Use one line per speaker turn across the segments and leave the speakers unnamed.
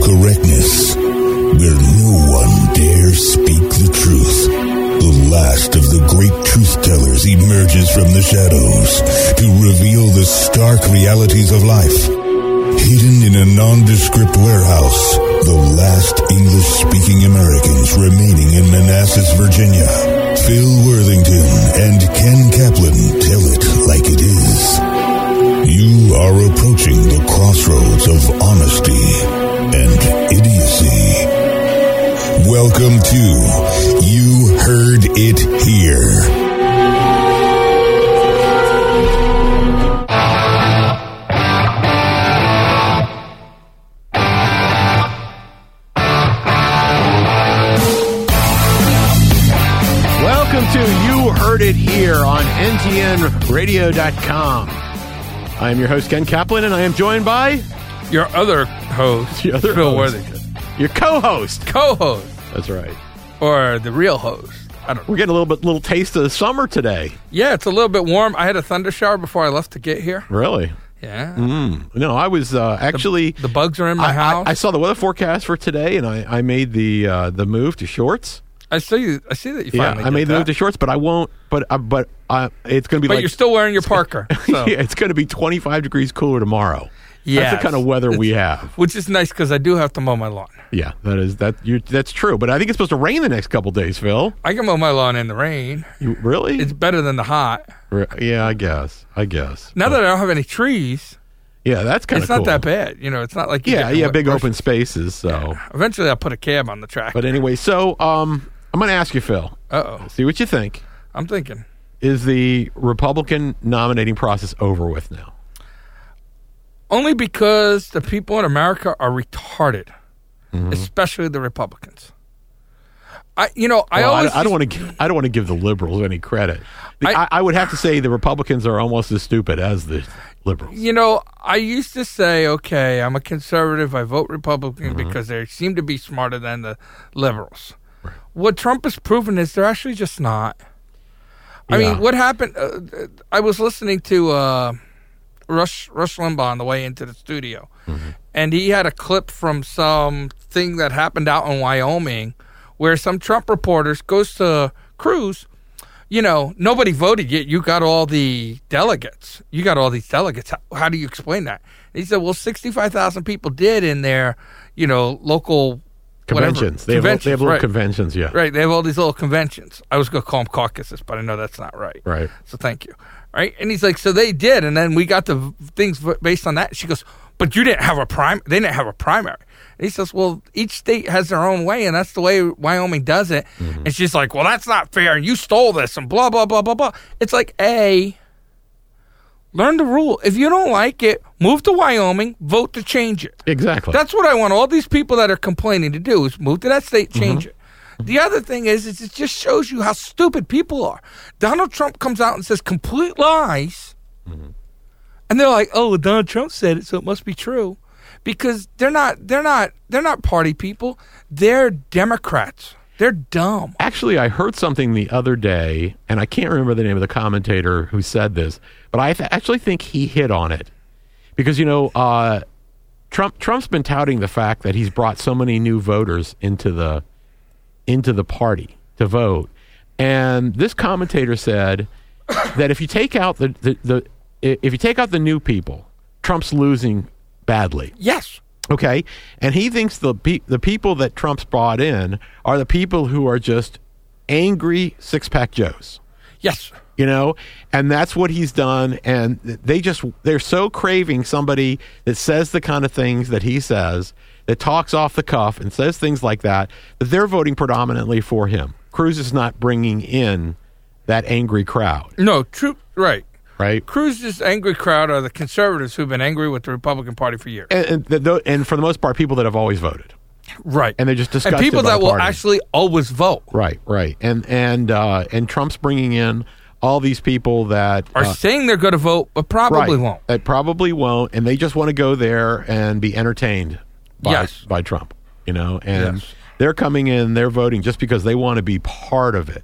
correctness, where no one dares speak the truth. The last of the great truth tellers emerges from the shadows to reveal the stark realities of life. Hidden in a nondescript warehouse, the last English speaking Americans remaining in Manassas, Virginia. Phil Worthington and Ken Kaplan tell it like it is. You are approaching the crossroads of honesty and idiocy. Welcome to You Heard It Here.
Welcome to You Heard It Here on NTNRadio.com. I am your host, Ken Kaplan, and I am joined by
your other host,
Your other
Phil
host.
Worthington,
your co host.
co host,
That's right.
or the real host. I don't know.
We're getting a little bit, little taste of the summer today.
Yeah, it's a little bit warm. I had a thunder shower before I left to get here.
Really?
Yeah.
No, I was uh, actually.
The bugs are in my
Mm-hmm. I, I-
house.
I saw the weather forecast for today, and I, I made the uh, the move to shorts.
I, see you. I see that you finally
yeah, I
did
made the move
that.
to shorts, but I won't. But uh, but uh, it's going to be
But
like
you're still wearing your Parker. So,
yeah, it's going to be 25 degrees cooler tomorrow. that's
Yes.
the kind of weather we have.
Which is nice because I do have to mow my lawn.
Yeah, that is that. You, that's true. But I think it's supposed to rain the next couple days, Phil.
I can mow my lawn in the rain.
You, really?
It's better than the hot.
Re- yeah, I guess. I guess.
Now that I don't have any trees,
Yeah, that's kind of.
it's not that bad. You know, it's not like you
Yeah,
get
yeah,
wet
big
brush.
open spaces. So,
Eventually, I'll put a cab on the track.
but anyway, so um, I'm going to ask you, Phil.
Uh oh,
See what you think.
I'm thinking.
Is the Republican nominating process over with now?
Only because the people in America are retarded,
Mm-hmm.
especially the Republicans. I, you know, I
Well,
always,
I, don't want to. I don't want to give the liberals any credit. The-
I-
I, I would have to say the Republicans are almost as stupid as the liberals.
you know, I used to say, okay, I'm a conservative, I vote Republican
Mm-hmm.
because they seem to be smarter than the liberals. What Trump has proven is they're actually just not. I
Yeah.
mean, what happened? Uh, uh, I was listening to uh, Rush Rush Limbaugh on the way into the studio,
Mm-hmm.
and he had a clip from some thing that happened out in Wyoming, where some Trump reporters goes to Cruz. You know, nobody voted yet. You got all the delegates. You got all these delegates. How, how do you explain that? And he said, "Well, sixty-five thousand people did in their, you know, local whatever-
Conventions. They have, they have little
right.
conventions. Yeah.
Right. They have all these little conventions. I was going to call them caucuses, but I know that's not right.
Right.
So thank you. Right. And he's like, so they did. And then we got the v- things v- based on that. She goes, but you didn't have a prime. They didn't have a primary. And he says, well, each state has their own way, and that's the way Wyoming does it. And she's like, well, that's not fair. And you stole this, and blah, blah, blah, blah, blah. It's like, A, learn the rule. If you don't like it, move to Wyoming, vote to change it.
Exactly.
That's what I want all these people that are complaining to do is move to that state, change it. The other thing is, is it just shows you how stupid people are. Donald Trump comes out and says complete lies, and they're like, "Oh, Donald Trump said it, so it must be true," because they're not, they're not, they're not party people. They're Democrats. They're dumb.
Actually, I heard something the other day, and I can't remember the name of the commentator who said this, but I th- actually think he hit on it because you know uh, Trump Trump's been touting the fact that he's brought so many new voters into the into the party to vote, and this commentator said that if you take out the, the, the i- if you take out the new people, Trump's losing badly.
Yes,
Okay, and he thinks the pe- the people that Trump's brought in are the people who are just angry six pack Joes,
yes.
you know, and that's what he's done. And th- they just they're so craving somebody that says the kind of things that he says, that talks off the cuff and says things like that. That they're voting predominantly for him. Cruz is not bringing in that angry crowd,
No, true. Right.
right?
Cruz's angry crowd are the conservatives who've been angry with the Republican Party for years.
And and, th- th- and for the most part, people that have always voted.
Right.
And they're just disgusted
people
by
that
the
will
party.
actually always vote
Right, right, and and uh, and Trump's bringing in all these people that
are
uh,
saying they're going to vote, but probably
right,
won't.
That probably won't, and they just want to go there and be entertained by
Yes.
by Trump, you know. And
Yes.
they're coming in, they're voting just because they want to be part of it,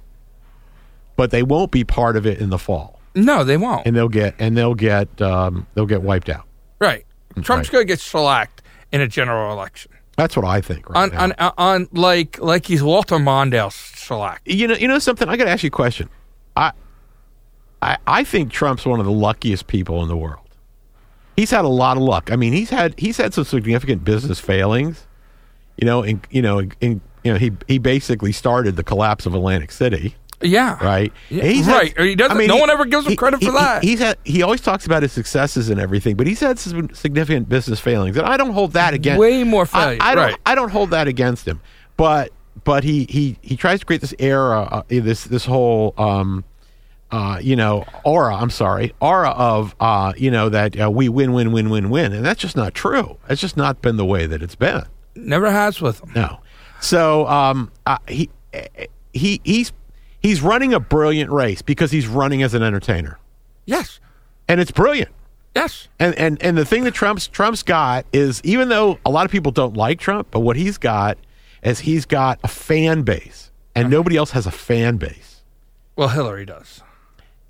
but they won't be part of it in the fall,
No, they won't.
and they'll get and they'll get um, they'll get wiped out.
right. Trump's
Mm, right.
going to get shellacked in a general election.
That's what I think right
on,
now.
on, on, like like he's Walter Mondale shellac.
you know, you know something. I got to ask you a question. I, I, I think Trump's one of the luckiest people in the world. He's had a lot of luck. I mean, he's had he's had some significant business failings. You know, in, you know, in, you know, he he basically started the collapse of Atlantic City,
Yeah,
right?
Yeah,
And
right. Or he doesn't- no one ever gives him credit for
he-
that.
he's had he always talks about his successes and everything, but he's had some significant business failings, and I don't hold that against
Way more
I-
failure.
I, don't
right.
I don't hold that against him, but but he he he tries to create this era, uh, this this whole um, uh, you know aura. I'm sorry, aura of uh, you know that uh, we win win win win win, and that's just not true. That's just not been the way that it's been.
Never has with him.
No, so um, uh, he he he's he's running a brilliant race because he's running as an entertainer,
Yes,
and it's brilliant.
yes.
And, and and the thing that Trump's Trump's got is even though a lot of people don't like Trump, but what he's got is he's got a fan base, and nobody else has a fan base.
Well, Hillary does.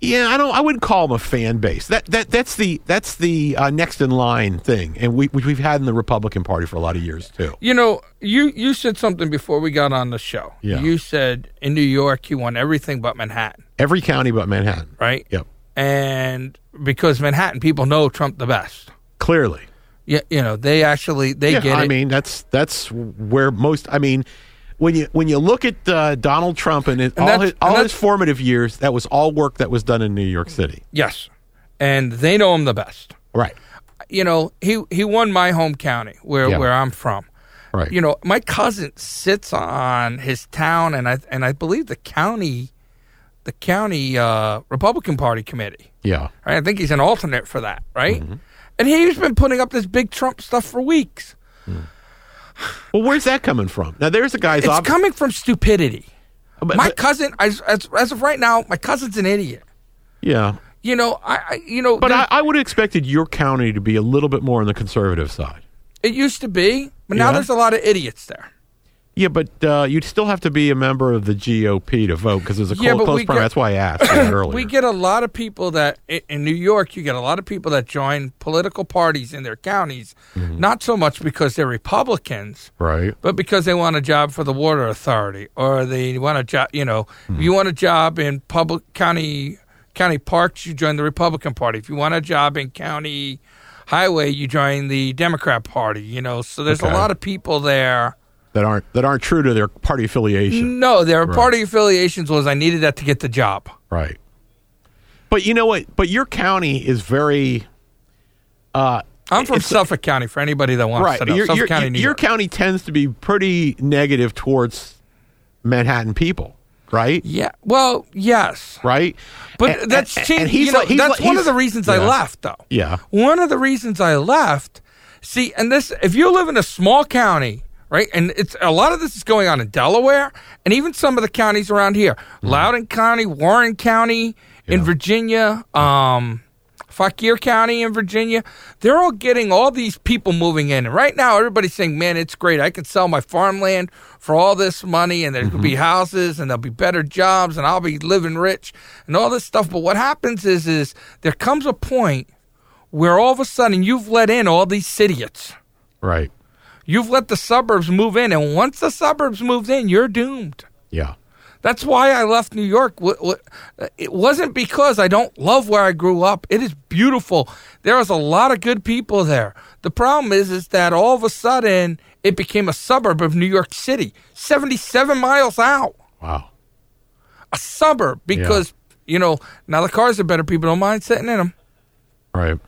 Yeah, I don't. I wouldn't call him a fan base. That that that's the that's the uh, next in line thing, and we which we've had in the Republican Party for a lot of years too.
You know, you you said something before we got on the show.
Yeah.
You said in New York you won everything but Manhattan,
Every county but Manhattan.
right?
Yep.
And because Manhattan people know Trump the best.
Clearly.
Yeah, you know, they actually they get
I
it.
mean, that's that's where most. I mean, when you when you look at uh, Donald Trump and, his, all
that's-
his
and
all his
that's-
formative years, that was all work that was done in New York City.
yes. And they know him the best.
Right.
You know, he he won my home county where
Yeah.
where I'm from.
Right.
You know, my cousin sits on his town and I and I believe the county the county uh, Republican Party committee.
Yeah.
Right? I think he's an alternate for that, right?
Mm-hmm.
And he's been putting up this big Trump stuff for weeks.
Well, where's that coming from? Now, there's a guy's
It's
ob-
coming from stupidity.
but-
my
but-
cousin, as, as, as of right now, my cousin's an idiot.
yeah.
You know, I, I you know,
But I,
there-
I would have expected your county to be a little bit more on the conservative side.
it used to be, but now
Yeah.
there's a lot of idiots there.
Yeah, but uh, you'd still have to be a member of the GOP to vote because it's a
Yeah,
close,
but
close
we
primary.
get-
That's why I asked that earlier.
We get a lot of people that i- in New York, you get a lot of people that join political parties in their counties,
Mm-hmm.
not so much because they're Republicans,
right.
but because they want a job for the water authority or they want a job you know if
Mm-hmm.
you want a job in public county county parks you join the republican party if you want a job in county highway you join the democrat party you know so there's
Okay.
a lot of people there
That aren't that aren't true to their party affiliation.
no their party affiliations was i needed that to get the job
Right. But you know what? But your county is very
i'm from suffolk county for anybody that wants
right.
to know
Your,
suffolk
your-
county New
your
York.
county tends to be pretty negative towards Manhattan people, right?
yeah well yes
Right.
But
And-
that's
and-
changed.
and he's
you know,
like- he's
that's
like-
one
he's-
of the reasons I
Yeah.
left, though.
Yeah.
One of the reasons I left. See, and this, if you live in a small county, right, and it's a lot of this is going on in Delaware, and even some of the counties around here, Loudoun County, Warren County in Virginia, um, Fauquier County in Virginia, they're all getting all these people moving in. And right now, everybody's saying, man, it's great. I could sell my farmland for all this money, and there could be houses, and there'll be better jobs, and I'll be living rich, and all this stuff. But what happens is, is there comes a point where all of a sudden you've let in all these idiots.
Right.
You've let the suburbs move in, and once the suburbs moved in, you're doomed.
Yeah.
That's why I left New York. W- w- It wasn't because I don't love where I grew up. It is beautiful. There is a lot of good people there. The problem is, is that all of a sudden it became a suburb of New York City, seventy-seven miles out,
Wow.
a suburb. Because you know now the cars are better. People don't mind sitting in them.
Right.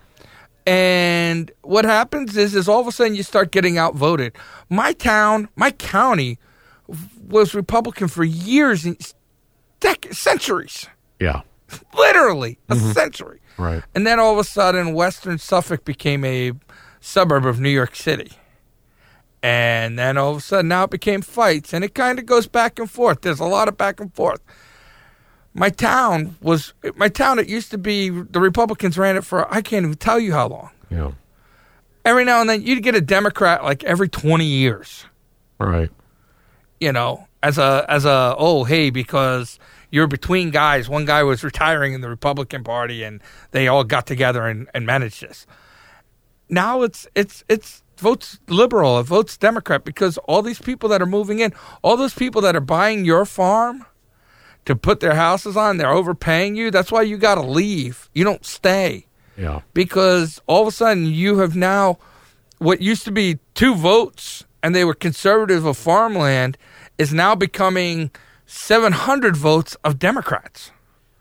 And what happens is, is all of a sudden you start getting outvoted. My town, my county, was Republican for years, and dec- centuries,
Yeah.
literally a century.
Right.
And then all of a sudden, Western Suffolk became a suburb of New York City. And then all of a sudden, now it became fights, and it kind of goes back and forth. There's a lot of back and forth. My town was my town. It used to be the Republicans ran it for I can't even tell you how long
Yeah.
every now and then you'd get a Democrat like every twenty years,
Right.
you know, as a as a oh hey because you're between guys. One guy was retiring in the Republican Party, and they all got together and, and managed this. Now it's it's it's votes liberal, it votes Democrat because all these people that are moving in, all those people that are buying your farm to put their houses on, they're overpaying you. That's why you got to leave. You don't stay
Yeah.
because all of a sudden you have now what used to be two votes and they were conservative of farmland is now becoming 700 votes of Democrats.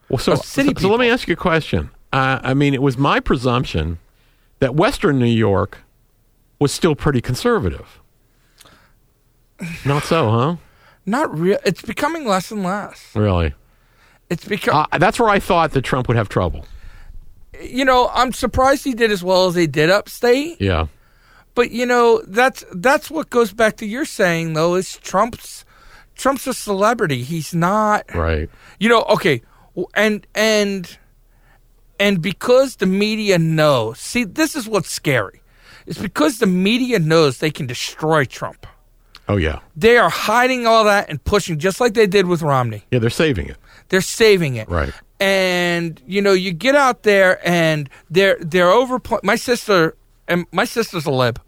Well, so,
Of city
so, so let me ask you a question. Uh, I mean, it was my presumption that Western New York was still pretty conservative. Not so, huh?
Not real. It's becoming less and less.
Really?
It's become.
Uh, that's where I thought that Trump would have trouble.
you know, I'm surprised he did as well as he did upstate.
Yeah.
But you know, that's that's what goes back to your saying though is Trump's Trump's a celebrity. He's not
Right.
you know okay w- and and and because the media knows see this is what's scary it's because the media knows they can destroy trump
Oh yeah.
they are hiding all that and pushing just like they did with romney
Yeah, they're saving it.
they're saving it
Right.
and you know you get out there and they're they're over my sister and my sister's a lib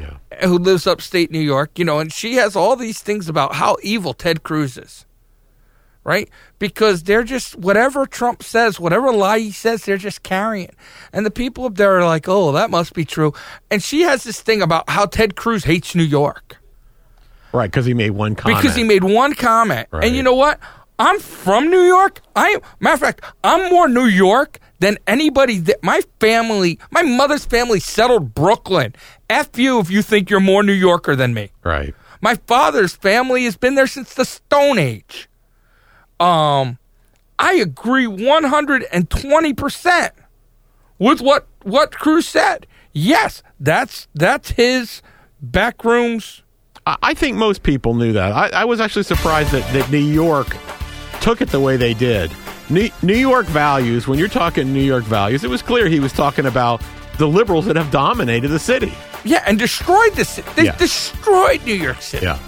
Yeah.
who lives upstate New York, you know, and she has all these things about how evil Ted Cruz is, right? Because they're just whatever Trump says, whatever lie he says, they're just carrying. it. And the people up there are like, oh, that must be true. And she has this thing about how Ted Cruz hates New York
Right, because he made one comment.
because he made one comment.
Right.
And you know what? I'm from New York. I matter of fact, I'm more New York than anybody that my family, my mother's family settled Brooklyn. F you if you think you're more New Yorker than me.
right.
My father's family has been there since the Stone Age. Um, I agree 120% with what what Cruz said. Yes, that's that's his backrooms
I, I think most people knew that. I, I was actually surprised that, that New York took it the way they did. New, New York values, when you're talking New York values, it was clear he was talking about the liberals that have dominated the city.
Yeah, and destroyed the city. They
Yeah.
destroyed New York City.
Yeah.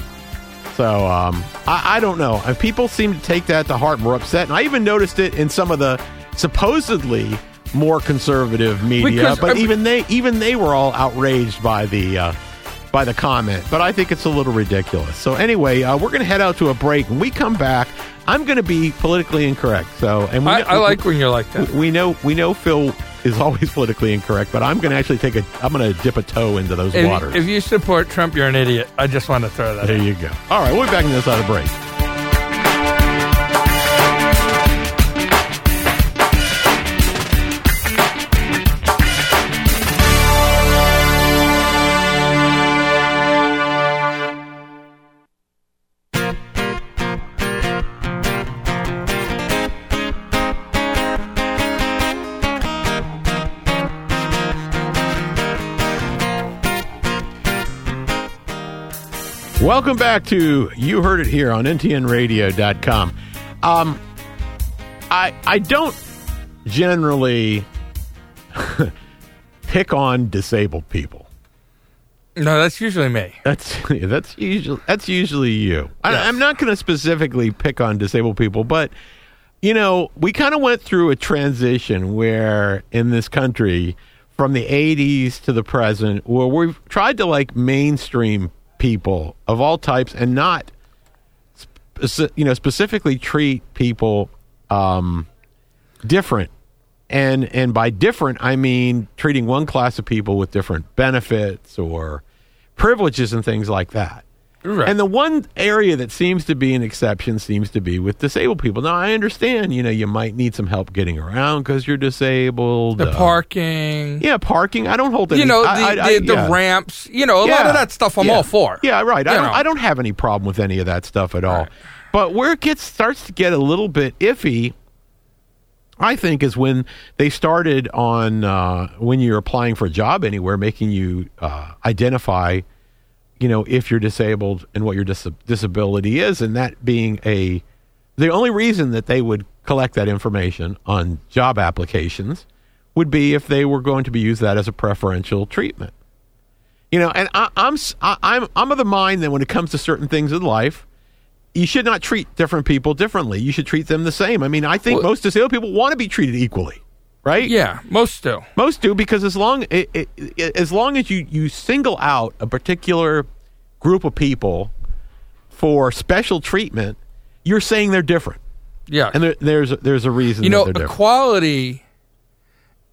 So um, I, I don't know. If people seem to take that to heart and were upset, and I even noticed it in some of the supposedly more conservative media,
Because
but
I-
even they even they were all outraged by the uh, by the comment. But I think it's a little ridiculous. So anyway, uh, we're going to head out to a break. When we come back, I'm going to be politically incorrect. So and we
I,
know-
I like when you're like that.
we know we know Phil is always politically incorrect, but I'm going to actually take a I'm going to dip a toe into those waters.
If, if you support Trump, you're an idiot. I just want to throw that.
There
out.
you go. All right, we'll be back in this other break. Welcome back to You Heard It Here on NTNRadio.com. Um, I I don't generally pick on disabled people.
No, that's usually me.
That's that's usually that's usually you. I,
Yes.
I'm not going to specifically pick on disabled people, but you know, we kind of went through a transition where in this country from the 80s to the present where we've tried to like mainstream people of all types and not sp- you know specifically treat people um different and and by different i mean treating one class of people with different benefits or privileges and things like that
Right.
and the one area that seems to be an exception seems to be with disabled people now i understand you know you might need some help getting around because you're disabled
The
uh,
parking.
yeah parking i don't hold any
You know the
I- I- I-
the, the
yeah.
ramps. You know a lot
Yeah.
of that stuff. I'm
Yeah.
all for.
Yeah, right. I
You
don't,
know.
I don't have any problem with any of that stuff at all.
Right.
But where it gets starts to get a little bit iffy, I think, is when they started on uh, when you're applying for a job anywhere, making you uh, identify, you know, if you're disabled and what your dis- disability is, and that being a the only reason that they would collect that information on job applications would be if they were going to be use that as a preferential treatment. You know, and I, I'm s- I, I'm I'm of the mind that when it comes to certain things in life, you should not treat different people differently. You should treat them the same. I mean, I think
Well-
most disabled people want to be treated equally. right?
Yeah, most do.
Most do because as long i i i as long as you you single out a particular group of people for special treatment, you're saying they're different,
Yeah.
and there, there's there's a reason.
you
that
know,
they're different.
equality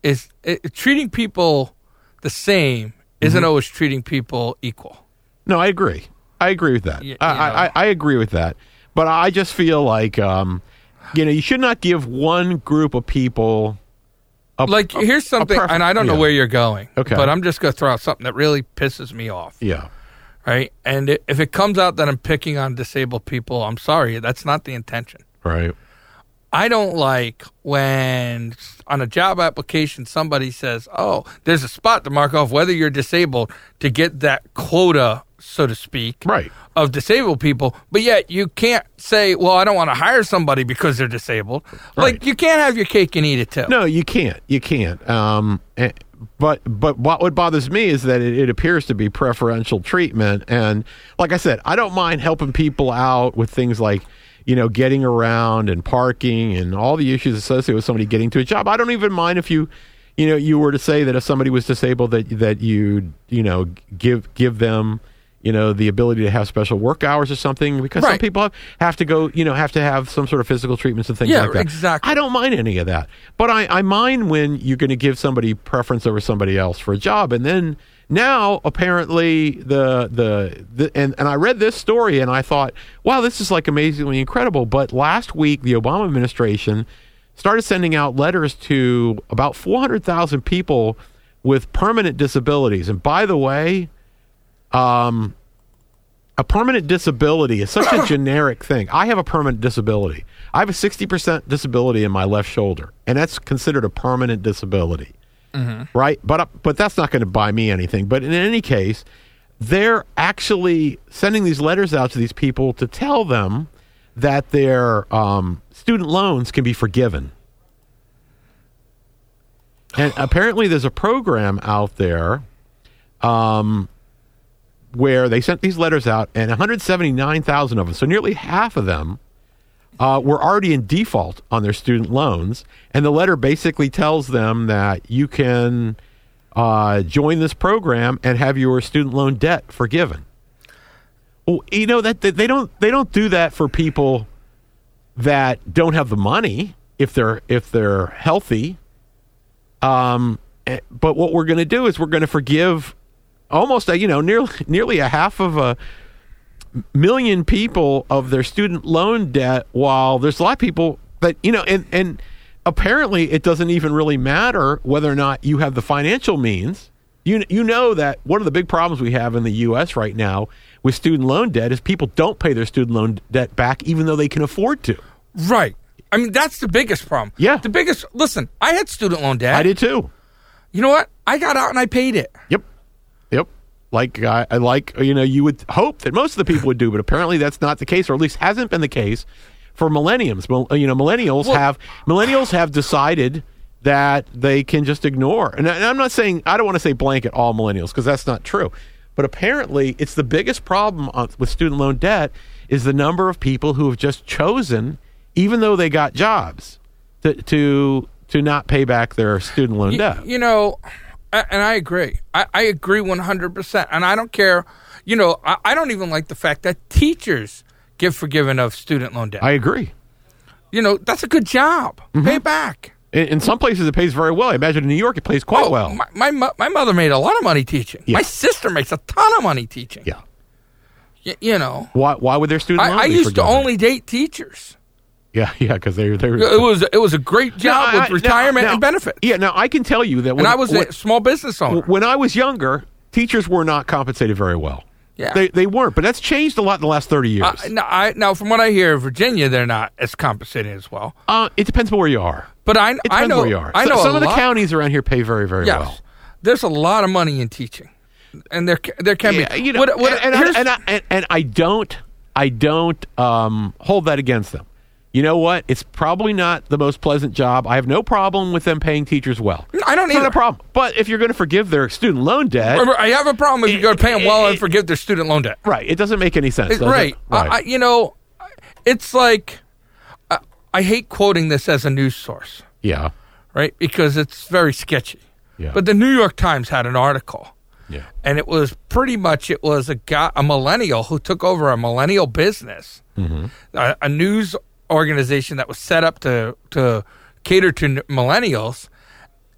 is it, treating people the same
Mm-hmm.
isn't always treating people equal.
No, I agree. I agree with that.
Y-
I,
you know.
I, I, I agree with that. But I just feel like, um, you know, you should not give one group of people. A,
Like,
a-
here's
a
something,
prefer-
and I don't know
yeah.
where you're going,
Okay.
but I'm just going to throw out something that really pisses me off,
Yeah.
right? And i if it comes out that I'm picking on disabled people, I'm sorry, that's not the intention.
Right.
I don't like when on a job application somebody says, "Oh, there's a spot to mark off whether you're disabled to get that quota, so to speak,
Right.
of disabled people." But yet you can't say, "Well, I don't want to hire somebody because they're disabled."
Right.
Like you can't have your cake and eat it too.
No, you can't. You can't. Um, eh, but but what what bothers me is that it, it appears to be preferential treatment. And like I said, I don't mind helping people out with things like you know getting around and parking and all the issues associated with somebody getting to a job. I don't even mind if you you know you were to say that if somebody was disabled that that you you know give give them you know the ability to have special work hours or something because some
Right.
people have, have to go you know have to have some sort of physical treatments and things
Yeah,
like that
exactly.
I don't mind any of that. But I, I mind when you're going to give somebody preference over somebody else for a job. And then now apparently the the, the and, and I read this story and I thought, wow, this is like amazingly incredible. But last week the Obama administration started sending out letters to about 400,000 people with permanent disabilities. And by the way, a permanent disability is such a generic thing. I have a permanent disability. I have a 60% disability in my left shoulder, and that's considered a permanent disability. Right? But uh, but that's not going to buy me anything. But in any case, they're actually sending these letters out to these people to tell them that their um, student loans can be forgiven. And apparently, there's a program out there where they sent these letters out, and 179,000 of them, so nearly half of them, uh, were already in default on their student loans. And the letter basically tells them that you can uh, join this program and have your student loan debt forgiven. Well, you know that that they don't they don't do that for people that don't have the money if they're if they're healthy. Um, eh, but what we're going to do is we're going to forgive almost a, you know nearly nearly a half of a million people of their student loan debt while there's a lot of people that you know and and apparently it doesn't even really matter whether or not you have the financial means you you know that one of the big problems we have in the US right now with student loan debt is people don't pay their student loan debt back even though they can afford to
Right. I mean, that's the biggest problem.
Yeah.
The biggest Listen, I had student loan debt.
I did too
You know what? I got out and I paid it.
Yep. Yep. Like I, I like you know you would hope that most of the people would do, but apparently that's not the case, or at least hasn't been the case for millenniums. Mil- uh, You know, millennials
Well-
have millennials have decided that they can just ignore. And, I, and I'm not saying I don't want to say blanket all millennials because that's not true, but apparently it's the biggest problem on, with student loan debt is the number of people who have just chosen, even though they got jobs, to to to not pay back their student loan debt.
You know, a- and I agree. I, I agree 100%. And I don't care. You know, I, I don't even like the fact that teachers get forgiven of student loan debt.
I Mm-hmm. agree.
you know, that's a good job. Pay it back.
In, in some places, it pays very well. I imagine in New York, it pays quite well.
Oh, my, my, mo- my mother made a lot of money teaching.
Yeah.
My sister makes a ton of money teaching.
yeah.
Y- you know,
Why? Why would their student loan?
I, I
be
used
forgiven?
to only date teachers.
Yeah, yeah, because they they
It was it was a great job with retirement and benefits.
Yeah. Now I can tell you that when
and I was
when,
a small business owner.
when I was younger, teachers were not compensated very well.
Yeah. Uh,
They they weren't, but that's changed a lot in the last thirty years.
I, now, I, now, from what I hear, Virginia, they're not as compensated as well.
uh, it depends on where you are.
But I,
It depends
I know
where you are.
I
So-
know
some
a
of the
lot-
counties around here pay very very
Yes,
well.
there's a lot of money in teaching, and there ca- there can
Yeah,
be.
you know,
what- what-
and, and,
here's-
I, and, I, and, and I don't, I don't um, hold that against them. You know what? It's probably not the most pleasant job. I have no problem with them paying teachers well.
I don't
It's not
either.
a problem. But if you're going to forgive their student loan debt,
Remember, I have a problem if you go to pay them well
it-
and forgive their student loan debt.
right? It doesn't make any sense. does it?
right. I, I, you know, it's like I, I hate quoting this as a news source,
yeah.
right? Because it's very sketchy.
Yeah.
But the New York Times had an article,
yeah.
and it was pretty much it was a guy, a millennial who took over a millennial business,
Mm-hmm.
a, a news organization that was set up to to cater to n- millennials,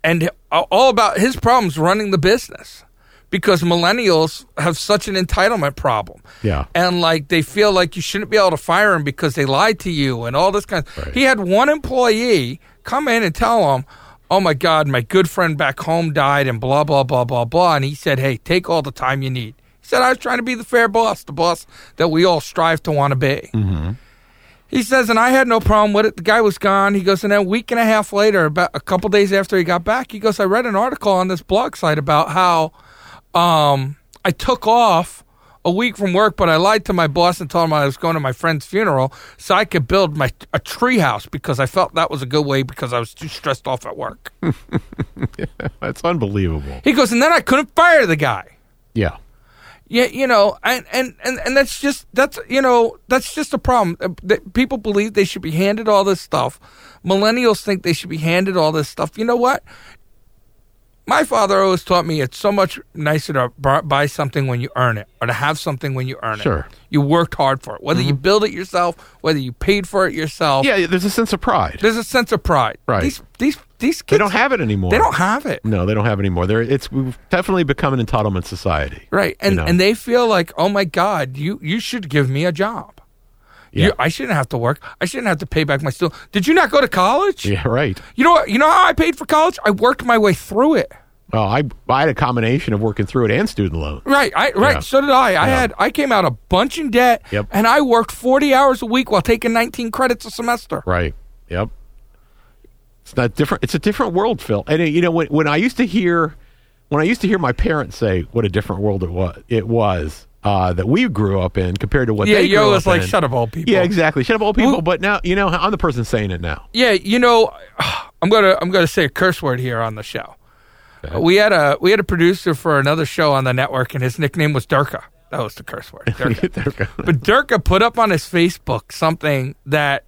and a- all about his problems running the business because millennials have such an entitlement problem.
Yeah.
And like they feel like you shouldn't be able to fire him because they lied to you and all this kind of
Right.
He had one employee come in and tell him, "Oh my god, my good friend back home died and blah blah blah blah blah." And he said, "Hey, take all the time you need." He said, "I was trying to be the fair boss, the boss that we all strive to want to be."
Mm-hmm.
He says, and I had no problem with it. The guy was gone. He goes, and then a week and a half later, about a couple days after he got back, he goes, I read an article on this blog site about how um, I took off a week from work, but I lied to my boss and told him I was going to my friend's funeral so I could build my a tree house because I felt that was a good way because I was too stressed off at work.
That's unbelievable.
he goes, and then I couldn't fire the guy.
Yeah.
Yeah, you know, and, and, and, and that's just that's you know that's just a problem. Uh, that People believe they should be handed all this stuff. Millennials think they should be handed all this stuff. You know what? My father always taught me it's so much nicer to bu- buy something when you earn it, or to have something when you earn it.
Sure. Mm-hmm.
you worked hard for it. Whether you build it yourself, whether you paid for it yourself,
Yeah, there's a sense of pride.
there's a sense of pride.
Right.
These these these kids
They don't have it anymore.
they don't have it.
No, they don't have it anymore. They're, it's we've definitely become an entitlement society.
Right. And
know?
and they feel like, "Oh my god, you you should give me a job."
Yeah.
You, I shouldn't have to work. I shouldn't have to pay back my student. Did you not go to college?
Yeah, right.
You know what? You know how I paid for college? I worked my way through it.
Well, I, I had a combination of working through it and student loan.
Right, I right.
Yeah.
So did I. I had I came out a bunch in debt,
Yep.
and I worked forty hours a week while taking nineteen credits a semester.
Right. Yep. It's not different. It's a different world, Phil. And uh, you know when when I used to hear when I used to hear my parents say what a different world it was it was uh, that we grew up in compared to what
Yeah,
they
you're
grew
always
up
like,
in.
"Shut up, old people."
Yeah, exactly. Shut up, old people.
Well-
but now you know I'm the person saying it now.
Yeah, you know, I'm gonna I'm gonna say a curse word here on the show. Uh, We had a we had a producer for another show on the network, and his nickname was Durka. That was the curse word. Durka. but Durka put up on his Facebook something that,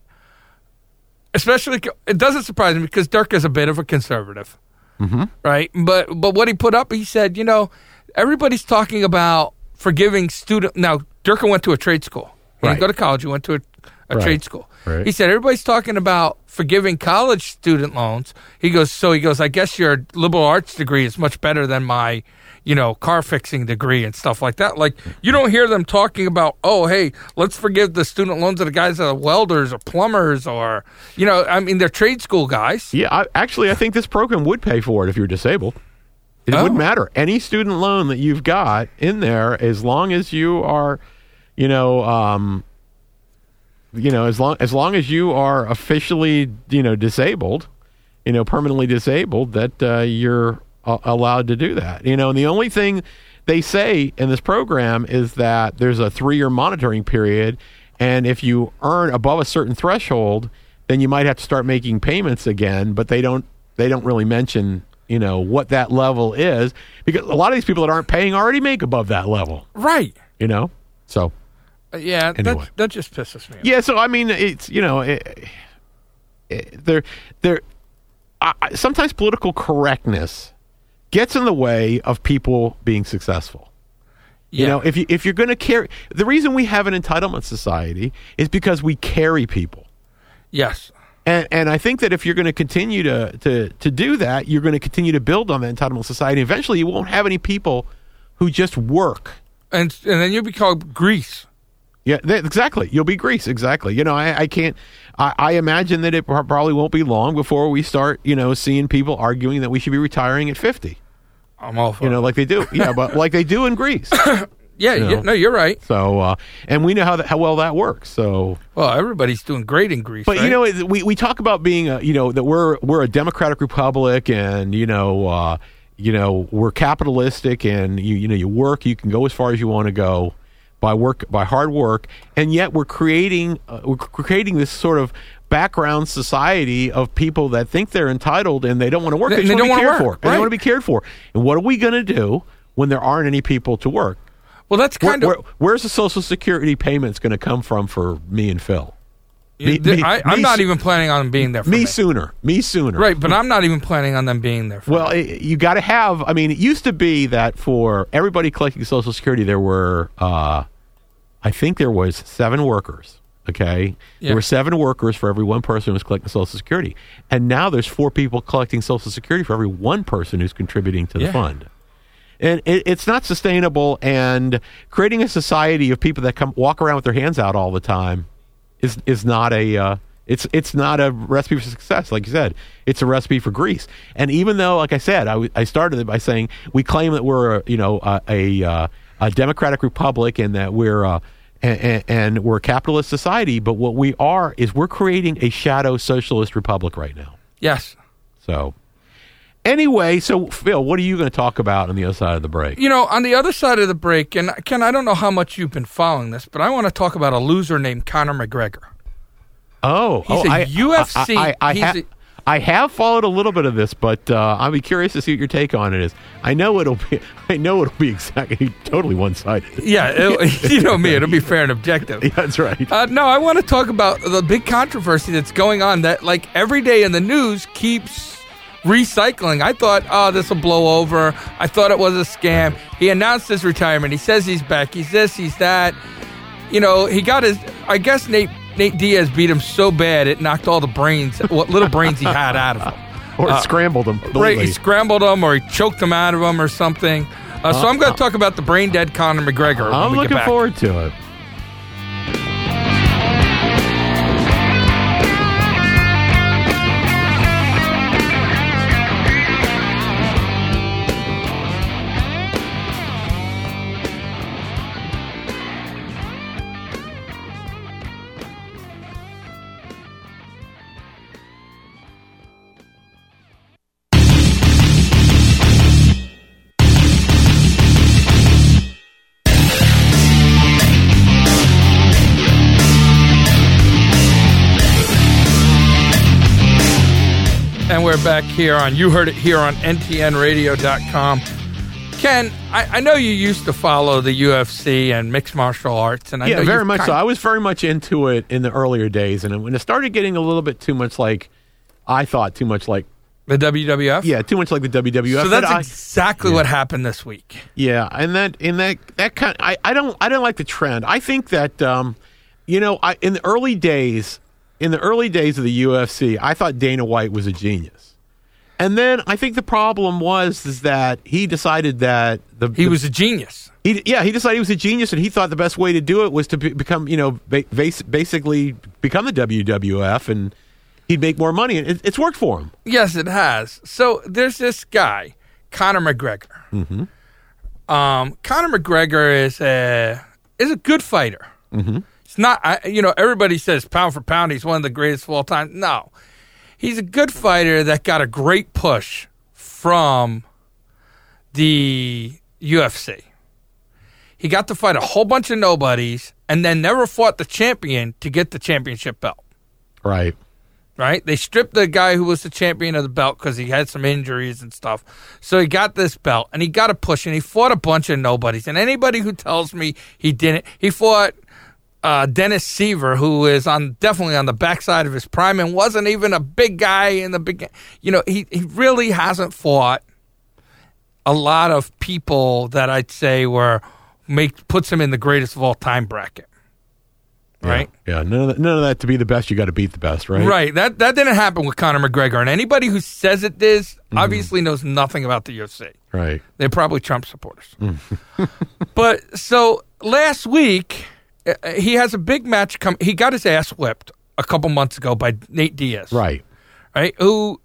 especially, it doesn't surprise me because Durka's a bit of a conservative, mm-hmm. right? But but what he put up, he said, you know, everybody's talking about forgiving student. Now Durka went to a trade school. He
Right.
didn't go to college. He went to a, a
Right.
trade school.
Right.
He said everybody's talking about forgiving college student loans. He goes, so he goes, I guess your liberal arts degree is much better than my, you know, car fixing degree and stuff like that. Like you don't hear them talking about, oh hey, let's forgive the student loans of the guys that are welders or plumbers or you know, I mean they're trade school guys.
yeah, I, actually, I think this program would pay for it if you're disabled. It
Oh.
wouldn't matter. Any student loan that you've got in there, as long as you are, you know, um, you know, as long as long as you are officially, you know, disabled, you know, permanently disabled, that uh, you're a- allowed to do that. You know, and the only thing they say in this program is that there's a three-year monitoring period, and if you earn above a certain threshold, then you might have to start making payments again. But they don't they don't really mention you know what that level is because a lot of these people that aren't paying already make above that level.
Right.
You know, so
Uh, Yeah,
Anyway.
that that just pisses me off.
yeah, so I mean, it's you know, it, it, there, there. I, I- sometimes political correctness gets in the way of people being successful. You
Yeah.
know, if you if you're going to carry, the reason we have an entitlement society is because we carry people.
Yes.
And, and I think that if you're going to continue to, to, to do that, you're going to continue to build on that entitlement society. Eventually, you won't have any people who just work
And and then you become Greece.
Yeah, th- exactly. You'll be Greece. Exactly. You know, I, I can't. I, I imagine that it pro- probably won't be long before we start, you know, seeing people arguing that we should be retiring at fifty.
I'm all for
You
it.
know, like they do. Yeah, but like they do in Greece.
Yeah,
you
you-
know.
no, you're right.
So, uh, and we know how that, how well that works. So,
Well, everybody's doing great in Greece.
but
right?
you know, it- we we talk about being a, you know that we're we're a democratic republic, and you know, uh, you know, we're capitalistic, and you you know, you work, you can go as far as you want to go by work by hard work, and yet we're creating uh, we're cr- creating this sort of background society of people that think they're entitled and they don't want to work. They,
They-
just
they
want to
don't
be
wanna
cared for.
work,
And they
right.
want to be cared for. And what are we going to do when there aren't any people to work?
well, that's
Where-
kind of
where- where's the Social Security payments going to come from for me and Phil? Me-
Th-
me-
I, I'm
me
not
so-
even planning on being there for
me
me.
sooner. Me sooner.
Right, but I'm not even planning on them being there for
Well, it, you got to have. I mean, it used to be that for everybody collecting Social Security, there were, uh, I think there was seven workers. Okay,
Yeah.
there were seven workers for every one person who was collecting Social Security, and now there's four people collecting Social Security for every one person who's contributing to the
Yeah.
fund. And it, it's not sustainable. And creating a society of people that come walk around with their hands out all the time is is not a uh, it's it's not a recipe for success. Like you said, it's a recipe for grease. And even though, like I said, I, w- I started it by saying we claim that we're uh, you know uh, a uh, a democratic republic and that we're. Uh, and, and we're a capitalist society, but what we are is we're creating a shadow socialist republic right now.
Yes.
So, anyway, so Phil, what are you going to talk about on the other side of the break?
You know, on the other side of the break, and Ken, I don't know how much you've been following this, but I want to talk about a loser named Conor McGregor.
Oh,
He's
oh,
a
I-
UFC
I, I, I,
he's
ha-
a-
I have followed a little bit of this, but uh, I'll be curious to see what your take on it is. I know it'll be, I know it'll be exactly totally one sided.
Yeah, it, you know me, it'll be fair and objective.
That's right.
Uh, no, I want to talk about the big controversy that's going on that, like, every day in the news keeps recycling. I thought, oh, this will blow over. I thought it was a scam. He announced his retirement. He says he's back. He's this, he's that. You know, he got his. I guess Nate Nate Diaz beat him so bad it knocked all the brains, what little brains he had out of him.
or scrambled them.
Right,
completely.
he scrambled him or he choked him out of him or something. Uh, so I'm going to talk about the brain dead Conor McGregor. when
I'm
we get
looking
back.
forward to it.
And we're back here on You Heard It Here on NTNRadio.com. Ken, I, I know you used to follow the UFC and mixed martial arts, and I know
yeah,
you've
very much
kind-
so. I was very much into it in the earlier days, and when it started getting a little bit too much like, I thought too much like,
the WWF.
yeah, too much like the WWF.
so
that
that's
I-
exactly what happened this week.
Yeah, and that and that that kind I, I don't I don't like the trend. I think that um you know, I in the early days in the early days of the UFC, I thought Dana White was a genius. And then I think the problem was is that he decided that the
He
the-
was a genius.
he, yeah, he decided he was a genius, and he thought the best way to do it was to be, become, you know, ba- bas- basically become the WWF, and he'd make more money. And it, it's worked for him.
Yes, it has. So there's this guy, Conor McGregor. Mm-hmm. Um, Conor McGregor is a is a good fighter. Mm-hmm. It's not, I, you know, everybody says pound for pound he's one of the greatest of all time. No, he's a good fighter that got a great push from the UFC. He got to fight a whole bunch of nobodies and then never fought the champion to get the championship belt
Right.
right? They stripped the guy who was the champion of the belt because he had some injuries and stuff. So he got this belt and he got a push and he fought a bunch of nobodies. And anybody who tells me he didn't, he fought uh, Dennis Seaver, who is on definitely on the backside of his prime and wasn't even a big guy in the beginning. You know, he, he really hasn't fought a lot of people that I'd say were make puts him in the greatest of all time bracket. Right?
Yeah. None of that, none of that to be the best, you got to beat the best, right?
Right. That that didn't happen with Conor McGregor, and anybody who says it is
Mm-hmm.
obviously knows nothing about the UFC.
Right.
They're probably Trump supporters.
Mm.
but so last week, uh, uh, he has a big match. Come, he got his ass whipped a couple months ago by Nate Diaz.
Right.
Right. Who,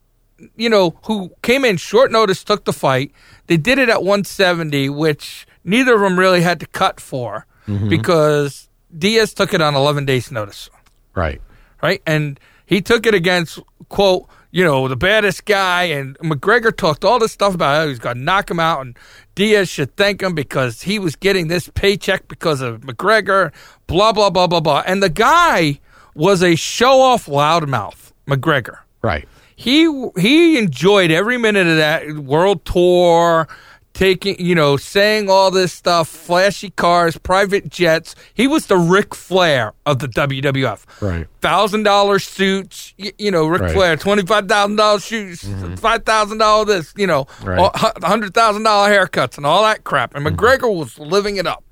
you know, who came in short notice, took the fight. They did it at 170, which neither of them really had to cut for
Mm-hmm.
because Diaz took it on 11 days' notice
Right.
right? And he took it against quote, you know, the baddest guy. And McGregor talked all this stuff about how he's going to knock him out, and Diaz should thank him because he was getting this paycheck because of McGregor. Blah blah blah blah blah. And the guy was a show off loudmouth, McGregor.
Right.
He he enjoyed every minute of that world tour. taking, you know, saying all this stuff, flashy cars, private jets. He was the Ric Flair of the WWF.
Right.
Thousand dollar suits, y- you know, Ric
Right. Mm-hmm.
Flair, twenty five thousand dollar shoes, five thousand dollar this, you know,
Right. Mm-hmm.
hundred thousand dollar haircuts and all that crap. And McGregor was living it up.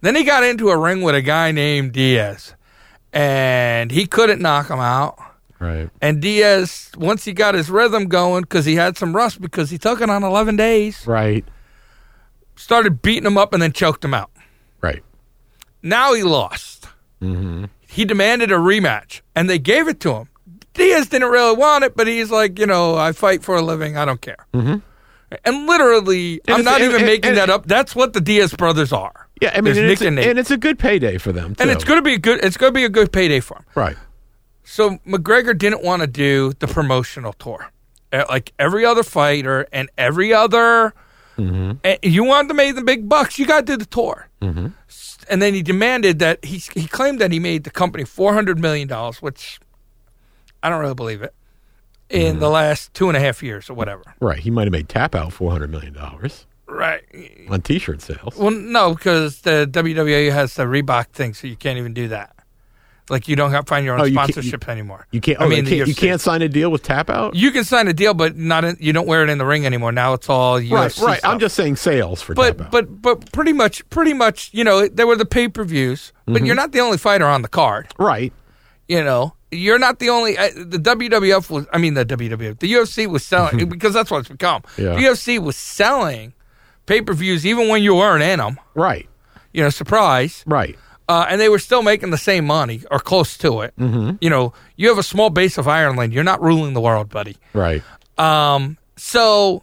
Then he got into a ring with a guy named Diaz, and he couldn't knock him out.
Right.
And Diaz, once he got his rhythm going, because he had some rust, because he took it on 11 days,
Right.
started beating him up and then choked him out.
Right.
Now he lost.
Mm-hmm.
He demanded a rematch, and they gave it to him. Diaz didn't really want it, but he's like, you know, I fight for a living. I don't care. And literally, I'm
it's-
not
Mm-hmm. and-
even
and-
making
and-
that up. That's what the Diaz brothers are.
Yeah, I mean,
There's
and it's,
Nick and Nate.
and it's a good payday for them, too.
And it's going to be a good. It's going to be a good payday for him.
Right.
So McGregor didn't want to do the promotional tour, Uh, like every other fighter and every other.
Mm-hmm.
and you wanted to make the big bucks, you got to do the tour. S- And then he demanded that he he claimed that he made the company four hundred million dollars, which I don't really believe it. In
Mm-hmm.
the last two and a half years or whatever,
Right. He might have made Tap Out $400 million on
right?
t shirt sales.
Well, no, because the WWE has the Reebok thing, so you can't even do that. Like you don't have, find your own
Oh, you can't- you-
sponsorships anymore.
You can't,
I
oh,
mean,
you can't, you
UFC.
can't sign a deal with Tap Out?
You can sign a deal, but not in, you don't wear it in the ring anymore. Now it's all UFC
right, right.
stuff.
I'm just saying sales for
but
Tap Out.
but but pretty much pretty much you know there were the pay per views,
Mm-hmm.
but you're not the only fighter on the card.
right.
You know you're not the only uh, the WWF was I mean the WWF the UFC was selling because that's what it's become.
Mm-hmm. Yeah.
The UFC was selling pay per views even when you weren't in them.
Right.
You know, surprise.
Right.
Uh, and they were still making the same money or close to it.
Mm-hmm.
You know, you have a small base of Ireland. You're not ruling the world, buddy.
Right.
Um, so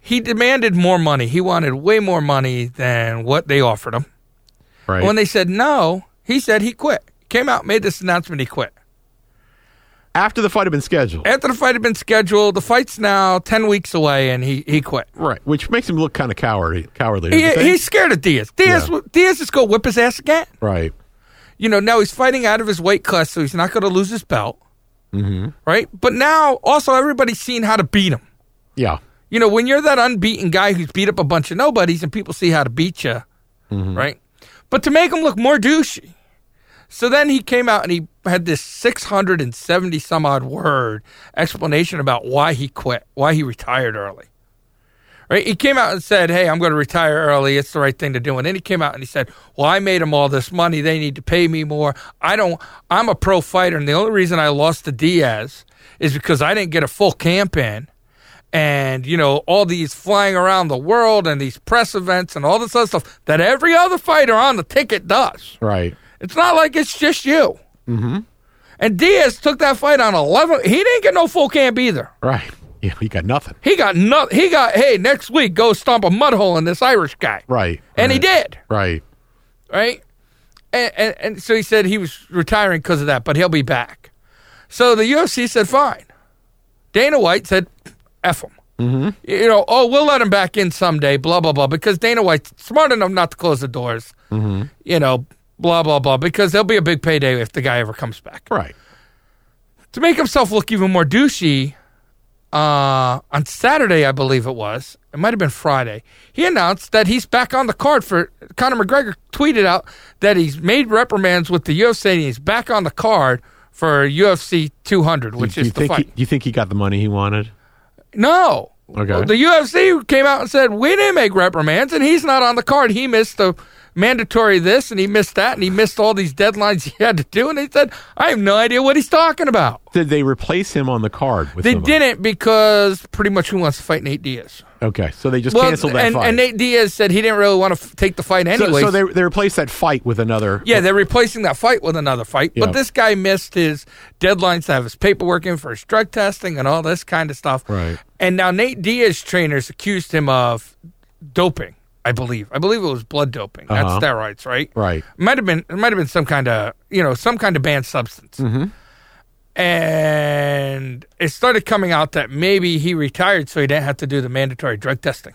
he demanded more money. He wanted way more money than what they offered him.
Right.
When they said no, he said he quit. Came out, made this announcement, he quit.
After the fight had been scheduled.
After the fight had been scheduled, the fight's now 10 weeks away, and he, he quit.
right. Which makes him look kind of cowardly. cowardly don't
He,
you think?
he's scared of Diaz. Diaz,
Yeah.
w Diaz is going to whip his ass again.
right.
You know, now he's fighting out of his weight class, so he's not going to lose his belt. Mm-hmm. Right? But now, also, everybody's seen how to beat him.
Yeah.
You know, when you're that unbeaten guy who's beat up a bunch of nobodies and people see how to beat you, right? But to make him look more douchey. So then he came out and he had this 670 some odd word explanation about why he quit, why he retired early. Right? He came out and said, Hey, I'm going to retire early. It's the right thing to do. And then he came out and he said, Well, I made them all this money. They need to pay me more. I don't, I'm a pro fighter. And the only reason I lost to Diaz is because I didn't get a full camp in and you know all these flying around the world and these press events and all this other stuff that every other fighter on the ticket does.
Right.
It's not like it's just you. Mm-hmm. And Diaz took that fight on eleven. He didn't get no full camp either.
Right. Yeah. He got nothing.
He got no. He got hey next week go stomp a mud hole in this Irish guy,
Right.
and he
right,
did
Right.
right? And, and, and so he said he was retiring because of that, but he'll be back. So the UFC said, fine. Dana White said, F him. Mm-hmm. You know, oh, we'll let him back in someday, blah, blah, blah, because Dana White's smart enough not to close the doors, mm-hmm. you know, blah, blah, blah, because there'll be a big payday if the guy ever comes back.
Right.
To make himself look even more douchey, uh, on Saturday, I believe it was, it might have been Friday, he announced that he's back on the card for Conor McGregor tweeted out that he's made reprimands with the UFC and he's back on the card for UFC 200, which
do you
is the
think He,
fight.
do you think he got the money he wanted?
no.
Okay.
The UFC came out and said, we didn't make reprimands and he's not on the card. He missed the mandatory this and he missed that and he missed all these deadlines he had to do. And he said, I have no idea what he's talking about.
Did they replace him on the card? With
They
somebody?
didn't because pretty much who wants to fight Nate Diaz?
Okay, so they just
Well,
canceled that
and,
fight.
and Nate Diaz said he didn't really want to f- take the fight
so,
anyway.
so they they replaced that fight with another.
yeah, they're replacing that fight with another fight.
Yeah.
But this guy missed his deadlines to have his paperwork in for his drug testing and all this kind of stuff.
Right.
And now Nate Diaz trainers accused him of doping. I believe. I believe it was blood doping.
Uh-huh.
That's steroids, right?
Right.
Might have been. It might have been some kind of you know some kind of banned substance.
Mm-hmm.
And it started coming out that maybe he retired so he didn't have to do the mandatory drug testing.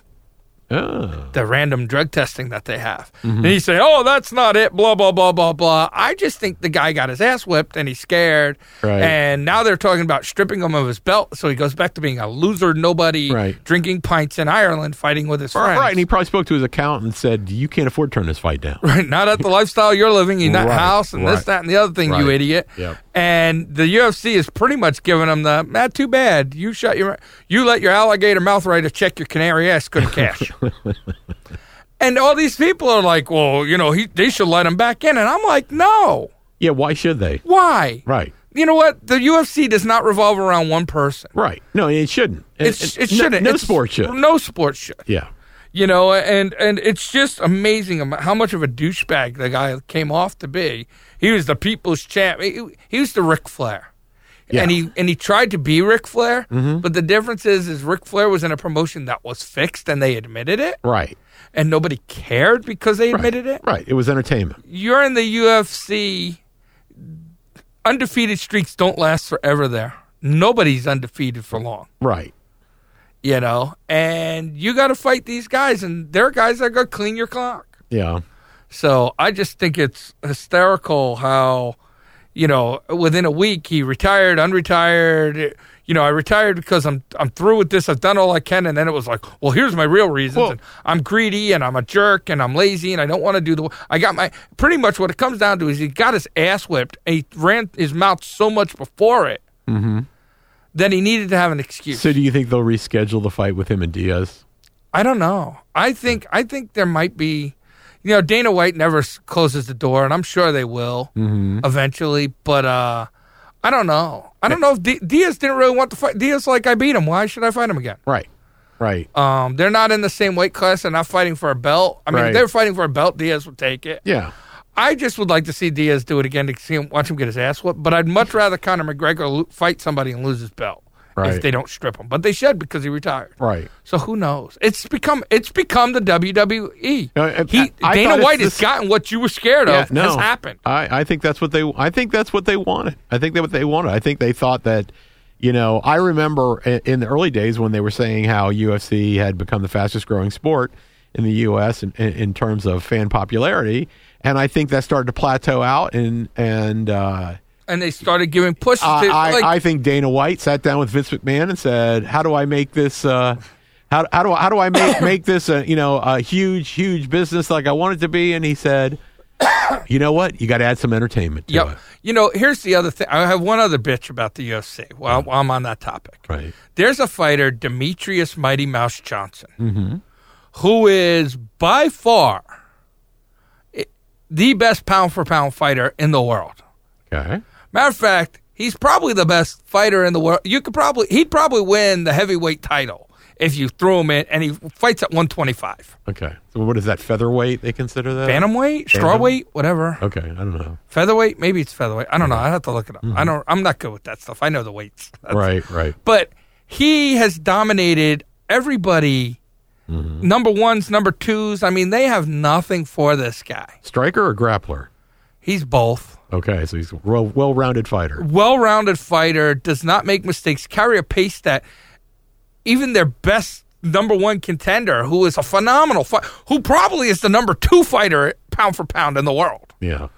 Oh.
the random drug testing that they have.
Mm-hmm.
And he say, "Oh, that's not it." Blah blah blah blah blah. I just think the guy got his ass whipped and he's scared.
Right.
And now they're talking about stripping him of his belt, so he goes back to being a loser, nobody,
Right.
drinking pints in Ireland, fighting with his friends.
Right, and he probably spoke to his accountant and said, "You can't afford to turn this fight down."
Right, not at the lifestyle you're living in that
Right,
house and this,
right.
that, and the other thing, you
Right.
idiot.
Yep.
And the UFC is pretty much giving them the, not too bad. You shut your, you let your alligator mouth writer check your canary ass, couldn't cash. and all these people are like, well, you know, he, they should let him back in. And I'm like, no,
Yeah, why should they?
why?
Right,
You know what? The UFC does not revolve around one person.
right. No, it shouldn't. And-
It's,
and
it shouldn't.
No, no
It's-
sport should.
No sport should
Yeah,
you know and and it's just amazing am- how much of a douchebag the guy came off to be he was the people's champ he, he was the Ric Flair
Yeah. Mm-hmm.
and he and he tried to be Ric Flair but the difference is is Ric Flair was in a promotion that was fixed and they admitted it
right,
and nobody cared because they admitted it
right. It was entertainment.
you're in the UFC undefeated streaks don't last forever there nobody's undefeated for long
Right.
you know and you got to fight these guys and they're guys that go clean your clock
Yeah.
So I just think it's hysterical how, you know, within a week he retired, unretired. You know, I retired because I'm I'm through with this. I've done all I can, and then it was like, well, here's my real reasons.
Well-
and I'm greedy, and I'm a jerk, and I'm lazy, and I don't want to do the. I got my pretty much what it comes down to is he got his ass whipped, and he ran his mouth so much before it that he needed to have an excuse.
So, do you think they'll reschedule the fight with him and Diaz?
I don't know.
Hmm.
I think I think there might be, you know, Dana White never s- closes the door, and I'm sure they will
Mm-hmm.
eventually. But uh, I don't know. I don't know if D- Diaz didn't really want to fight. Diaz like I beat him. Why should I fight him again?
Right. Right.
Um, they're not in the same weight class. They're not fighting for a belt. I mean,
Right.
if they're fighting for a belt, Diaz would take it.
yeah.
I just would like to see Diaz do it again to see him, watch him get his ass whooped. But I'd much rather Conor McGregor lo- fight somebody and lose his belt
Right.
if they don't strip him. But they should because he retired.
Right.
So who knows? It's become it's become the WWE.
No, I-
he,
I- I thought
Dana
it's
White has
this-
gotten what you were scared
Yeah,
of has happened.
I, I think that's what they. I think that's what they wanted. I think that what they wanted. I think they thought that. You know, I remember i- in the early days when they were saying how UFC had become the fastest growing sport in the U.S. in, in, in terms of fan popularity, and I think that started to plateau out. And and uh,
And they started giving pushes
I,
to
I,
like
I think Dana White sat down with Vince McMahon and said, "How do I make this? Uh, how, how do I- how do I make make this a you know a huge huge business like I want it to be?" And he said, "You know what? You got to add some entertainment to
Yep.
it."
You know, here's the other thing. I have one other bitch about the UFC while, while I'm on that topic.
Right.
There's a fighter, Demetrius Mighty Mouse Johnson,
Mm-hmm.
who is by far i- the best pound for pound fighter in the world.
Okay.
Matter of fact, he's probably the best fighter in the world. You could probably he'd probably win the heavyweight title if you threw him in, and he fights at 125.
Okay. So what is that featherweight? They consider that
Bantamweight, strawweight, whatever.
Okay, I don't know.
Featherweight, maybe it's featherweight. I don't know. I have to look it up. I don't. I'm not good with that stuff. I know the weights. That's-
right, right.
But he has dominated everybody. Number ones, number twos. I mean, they have nothing for this guy.
Striker or grappler?
He's both.
Okay, so he's a well well rounded fighter.
well-rounded fighter, does not make mistakes, carry a pace that even their best number one contender, who is a phenomenal fight, who probably is the number two fighter pound for pound in the world,
Yeah.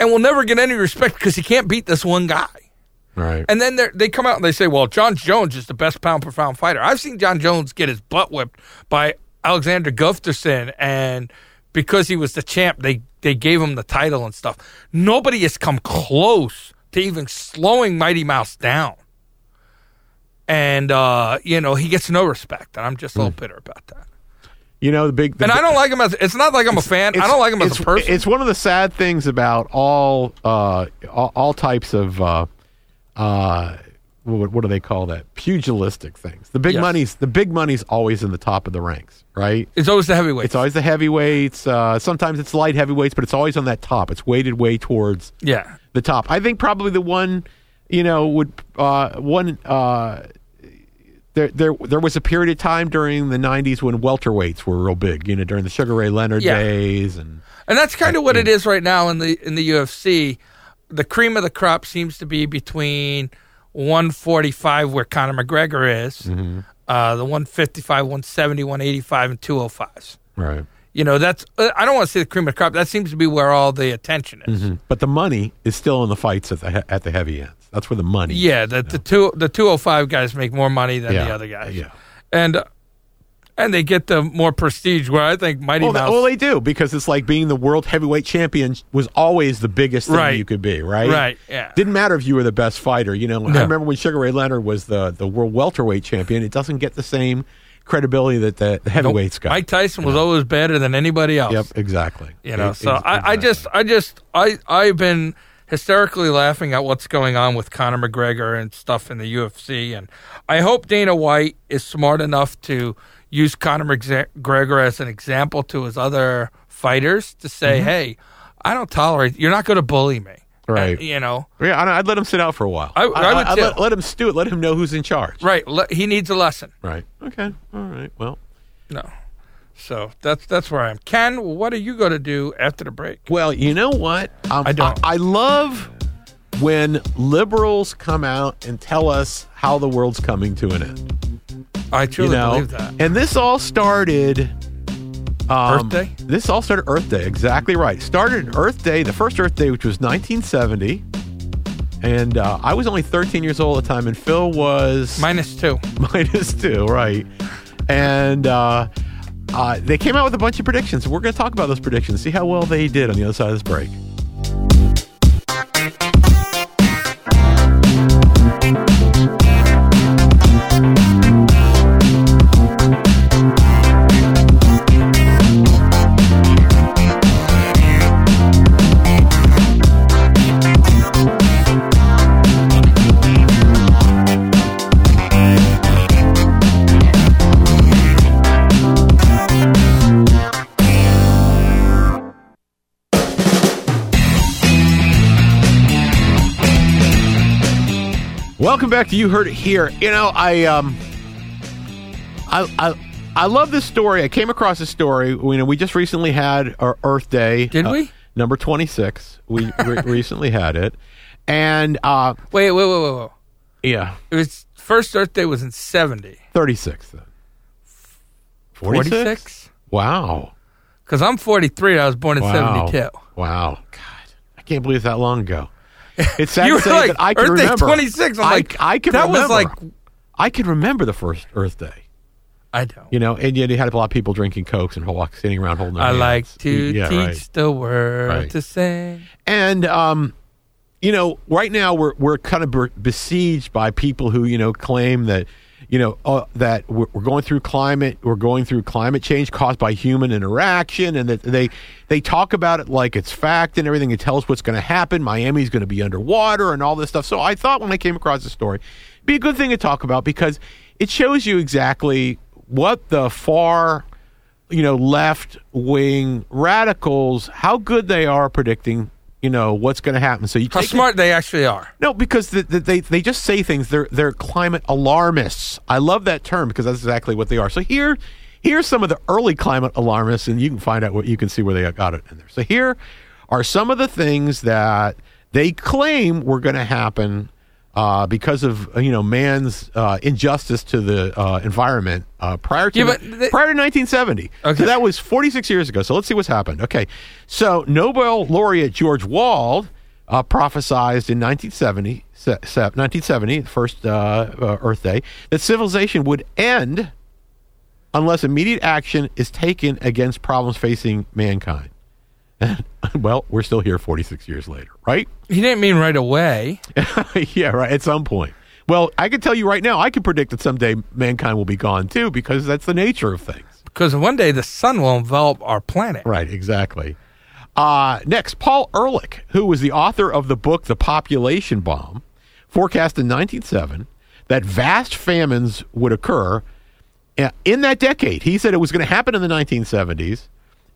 and will never get any respect because he can't beat this one guy.
Right.
And then they're- they come out and they say, "Well, John Jones is the best pound for pound fighter." I've seen John Jones get his butt whipped by Alexander Gustafsson, and because he was the champ, they they gave him the title and stuff. Nobody has come close to even slowing Mighty Mouse down, and uh, you know he gets no respect. And I'm just a little bitter about that.
you know the big Hmm. the
And
bi-
I don't like him as it's not like I'm a fan. I don't like him as
it's-
a person.
It's one of the sad things about all uh, all, all types of uh, uh, what, what do they call that? Pugilistic things. The big
Yes.
money's the big money's always in the top of the ranks, right?
it's always the heavyweight.
It's always the heavyweights. Uh, sometimes it's light heavyweights, but it's always on that top. It's weighted way towards
yeah,
the top. I think probably the one, you know, would uh, one uh, there there there was a period of time during the '90s when welterweights were real big. You know, during the Sugar Ray Leonard
Yeah.
days and.
And that's kind of what it is right now in the in the UFC. The cream of the
Mm-hmm.
crop seems to be between 145, where Conor McGregor is, uh, the 155, 170, 185, and 205s.
Right.
You know, that's, uh, I don't want to say the cream of the crop. That seems to be where all the attention is.
But the money is still in the fights at the he- at the heavy ends. That's where the money.
Yeah, the, the two the 205 guys make more money than
Yeah.
the other guys.
Yeah.
And uh, and they get the more prestige where I think Mighty
Well, th-
Mouse.
well, they do because it's like being the world heavyweight champion was always the biggest thing
Right.
you could be, right?
Right, yeah.
Didn't matter if you were the best fighter. You know, I
No.
remember when Sugar Ray Leonard was the the world welterweight champion. It doesn't get the same credibility that the, the heavyweights got.
Mike Tyson was always better than anybody else.
Yep, exactly.
You know,
Ex-
so I, I
exactly.
just, I just, I, I've been hysterically laughing at what's going on with Conor McGregor and stuff in the UFC, and I hope Dana White is smart enough to use Conor McGe- McGregor as an example to his other fighters to say,
Mm-hmm.
"Hey, I don't tolerate. You're not going to bully me."
Right.
Uh, you know.
yeah, I'd, I'd let him sit out for a while.
I- I would
I'd
too.
let, let him stew it. Let him know who's in charge.
Right. Le- he needs a lesson.
Right. Okay. All right. Well.
No. So that's that's where I am. Ken, what are you going to do after the break?
Well, you know what? Um,
I don't.
I, I love when liberals come out and tell us how the world's coming to an end.
I
You
truly
know,
believe that.
and this all started. Um,
Earth Day?
This all started Earth Day. Exactly right. Started Earth Day, the first Earth Day, which was 1970. And uh, I was only 13 years old at the time, and Phil was
Minus two.
minus two, right? And uh, uh, they came out with a bunch of predictions. We're going to talk about those predictions, see how well they did on the other side of this break. Welcome back to You Heard It Here. You know, I um, I I, I love this story. I came across this story. You know, we just recently had our Earth Day. Uh,
Did we?
Number twenty six. We re- recently had it, and uh,
Wait, wait, wait, wait, wait.
yeah,
It was first Earth Day was in seventy.
thirty six. Wow.
Because I'm 43. I was born in
Wow.
72.
Wow. God. I can't believe it's that long ago. It's sad
You
to
were
say
like,
that I can
Earth Day
remember.
26. I'm
I,
like,
I can
that was
remember.
like-
I can remember the first Earth Day.
I don't.
You know, and yet you had a lot of people drinking Cokes and walk, standing around holding their
I
hands.
like to
Yeah,
teach
right.
the world
Right.
to sing.
And, um, you know, right now we're, we're kind of be- besieged by people who, you know, claim that, you know, uh, that we're, we're going through climate, we're going through climate change caused by human interaction. And that they, they talk about it like it's fact and everything. It tells what's going to happen. Miami's going to be underwater and all this stuff. So I thought when I came across the story, it'd be a good thing to talk about because it shows you exactly what the far you know, left wing radicals, how good they are predicting, you know, what's going to happen. So you
How
take
smart they actually are.
no, because the, the, they they just say things. They're they're climate alarmists. I love that term because that's exactly what they are. So here, here's some of the early climate alarmists, and you can find out what you can see where they got it in there. So here are some of the things that they claim were going to happen uh, because of uh, you know man's uh, injustice to the uh, environment uh, prior to
Yeah,
the-
but they-
prior to 1970.
Okay.
So that was 46 years ago. So let's see what's happened. Okay. So Nobel laureate George Wald uh, prophesized in 1970, se- se- 1970 the first uh, uh, Earth Day, that civilization would end unless immediate action is taken against problems facing mankind. And, well, we're still here 46 years later, right?
He didn't mean right away.
yeah, right. At some point. Well, I can tell you right now, I can predict that someday mankind will be gone too, because that's the nature of things.
Because one day the sun will envelop our planet.
Right, exactly. Uh, next, Paul Ehrlich, who was the author of the book The Population Bomb, forecast in 1907 that vast famines would occur uh, in that decade. He said it was going to happen in the 1970s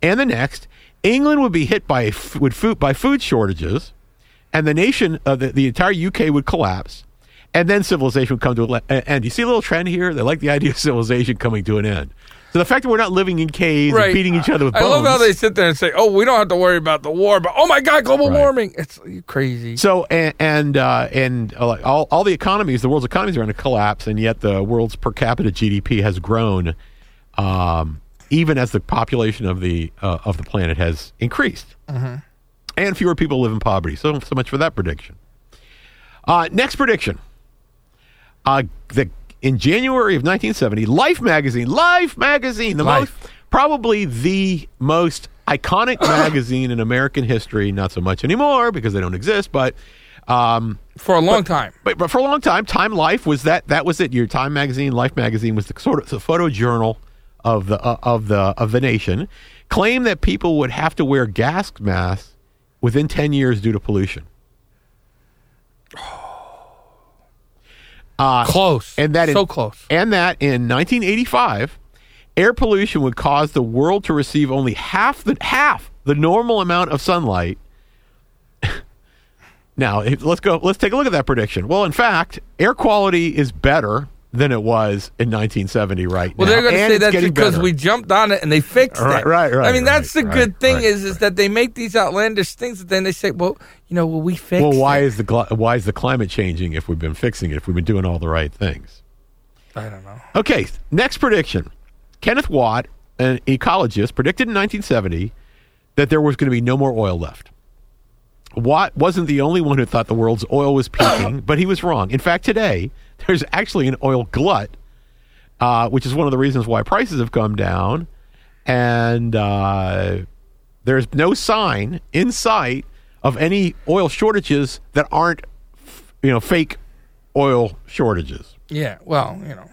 and the next. England would be hit by a f- would food by food shortages, and the nation, uh, the, the entire UK would collapse, uh, and then civilization would come to an le- a- end. You see a little trend here. They like the idea of civilization coming to an end. So So the fact that we're not living in caves and
Right.
beating each other with
I
bones.
love how they sit there and say, "Oh, we don't have to worry about the war," but oh my god, global
Right.
warming! It's you crazy.
So and and uh, and uh, like, all all the economies, the world's economies are in a collapse, and yet the world's per capita GDP has grown, um, even as the population of the uh, of the planet has increased,
Mm-hmm.
and fewer people live in poverty. So so much for that prediction. Uh, next prediction. Uh, the in January of 1970, Life magazine, Life magazine, the
Life.
most probably the most iconic magazine in American history. Not so much anymore because they don't exist, but. Um,
For a long time,
but, but for a long time, Time Life was that that was it. Your Time magazine, Life magazine was the sort of the photo journal of the uh, of the of the nation. Claimed that people would have to wear gas masks within ten years due to pollution,
close,
and that in-
so close.
and that in 1985, air pollution would cause the world to receive only half the half the normal amount of sunlight. now if- let's go. Let's take a look at that prediction. Well, in fact, air quality is better than it was in 1970. Right
Well,
now,
they're going to
and
say
it's
that's
getting
because
better.
we jumped on it and they fixed
Right,
it.
right, right,
I mean, that's the
right,
good
right,
thing
right,
is, is that they make these outlandish things, and then they say, "Well, you know, well, we fixed."
Well, why
It.
is the gl- why is the climate changing if we've been fixing it? If we've been doing all the right things?
I don't know.
Okay, next prediction. Kenneth Watt, an ecologist, predicted in 1970 that there was going to be no more oil left. Watt wasn't the only one who thought the world's oil was peaking, but he was wrong. In fact, today there's actually an oil glut, uh, which is one of the reasons why prices have come down. And uh, there's no sign in sight of any oil shortages that aren't, f- you know, fake oil shortages.
Yeah. Well, you know,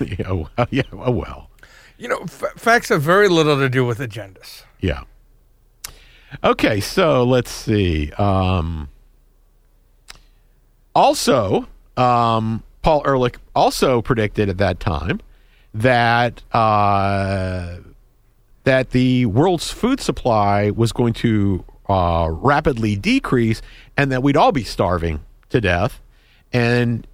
Yeah, oh, yeah, oh well,
you know, f- facts have very little to do with agendas.
yeah. Okay, so let's see. Um, also, um, Paul Ehrlich also predicted at that time that uh, that the world's food supply was going to uh, rapidly decrease, and that we'd all be starving to death, and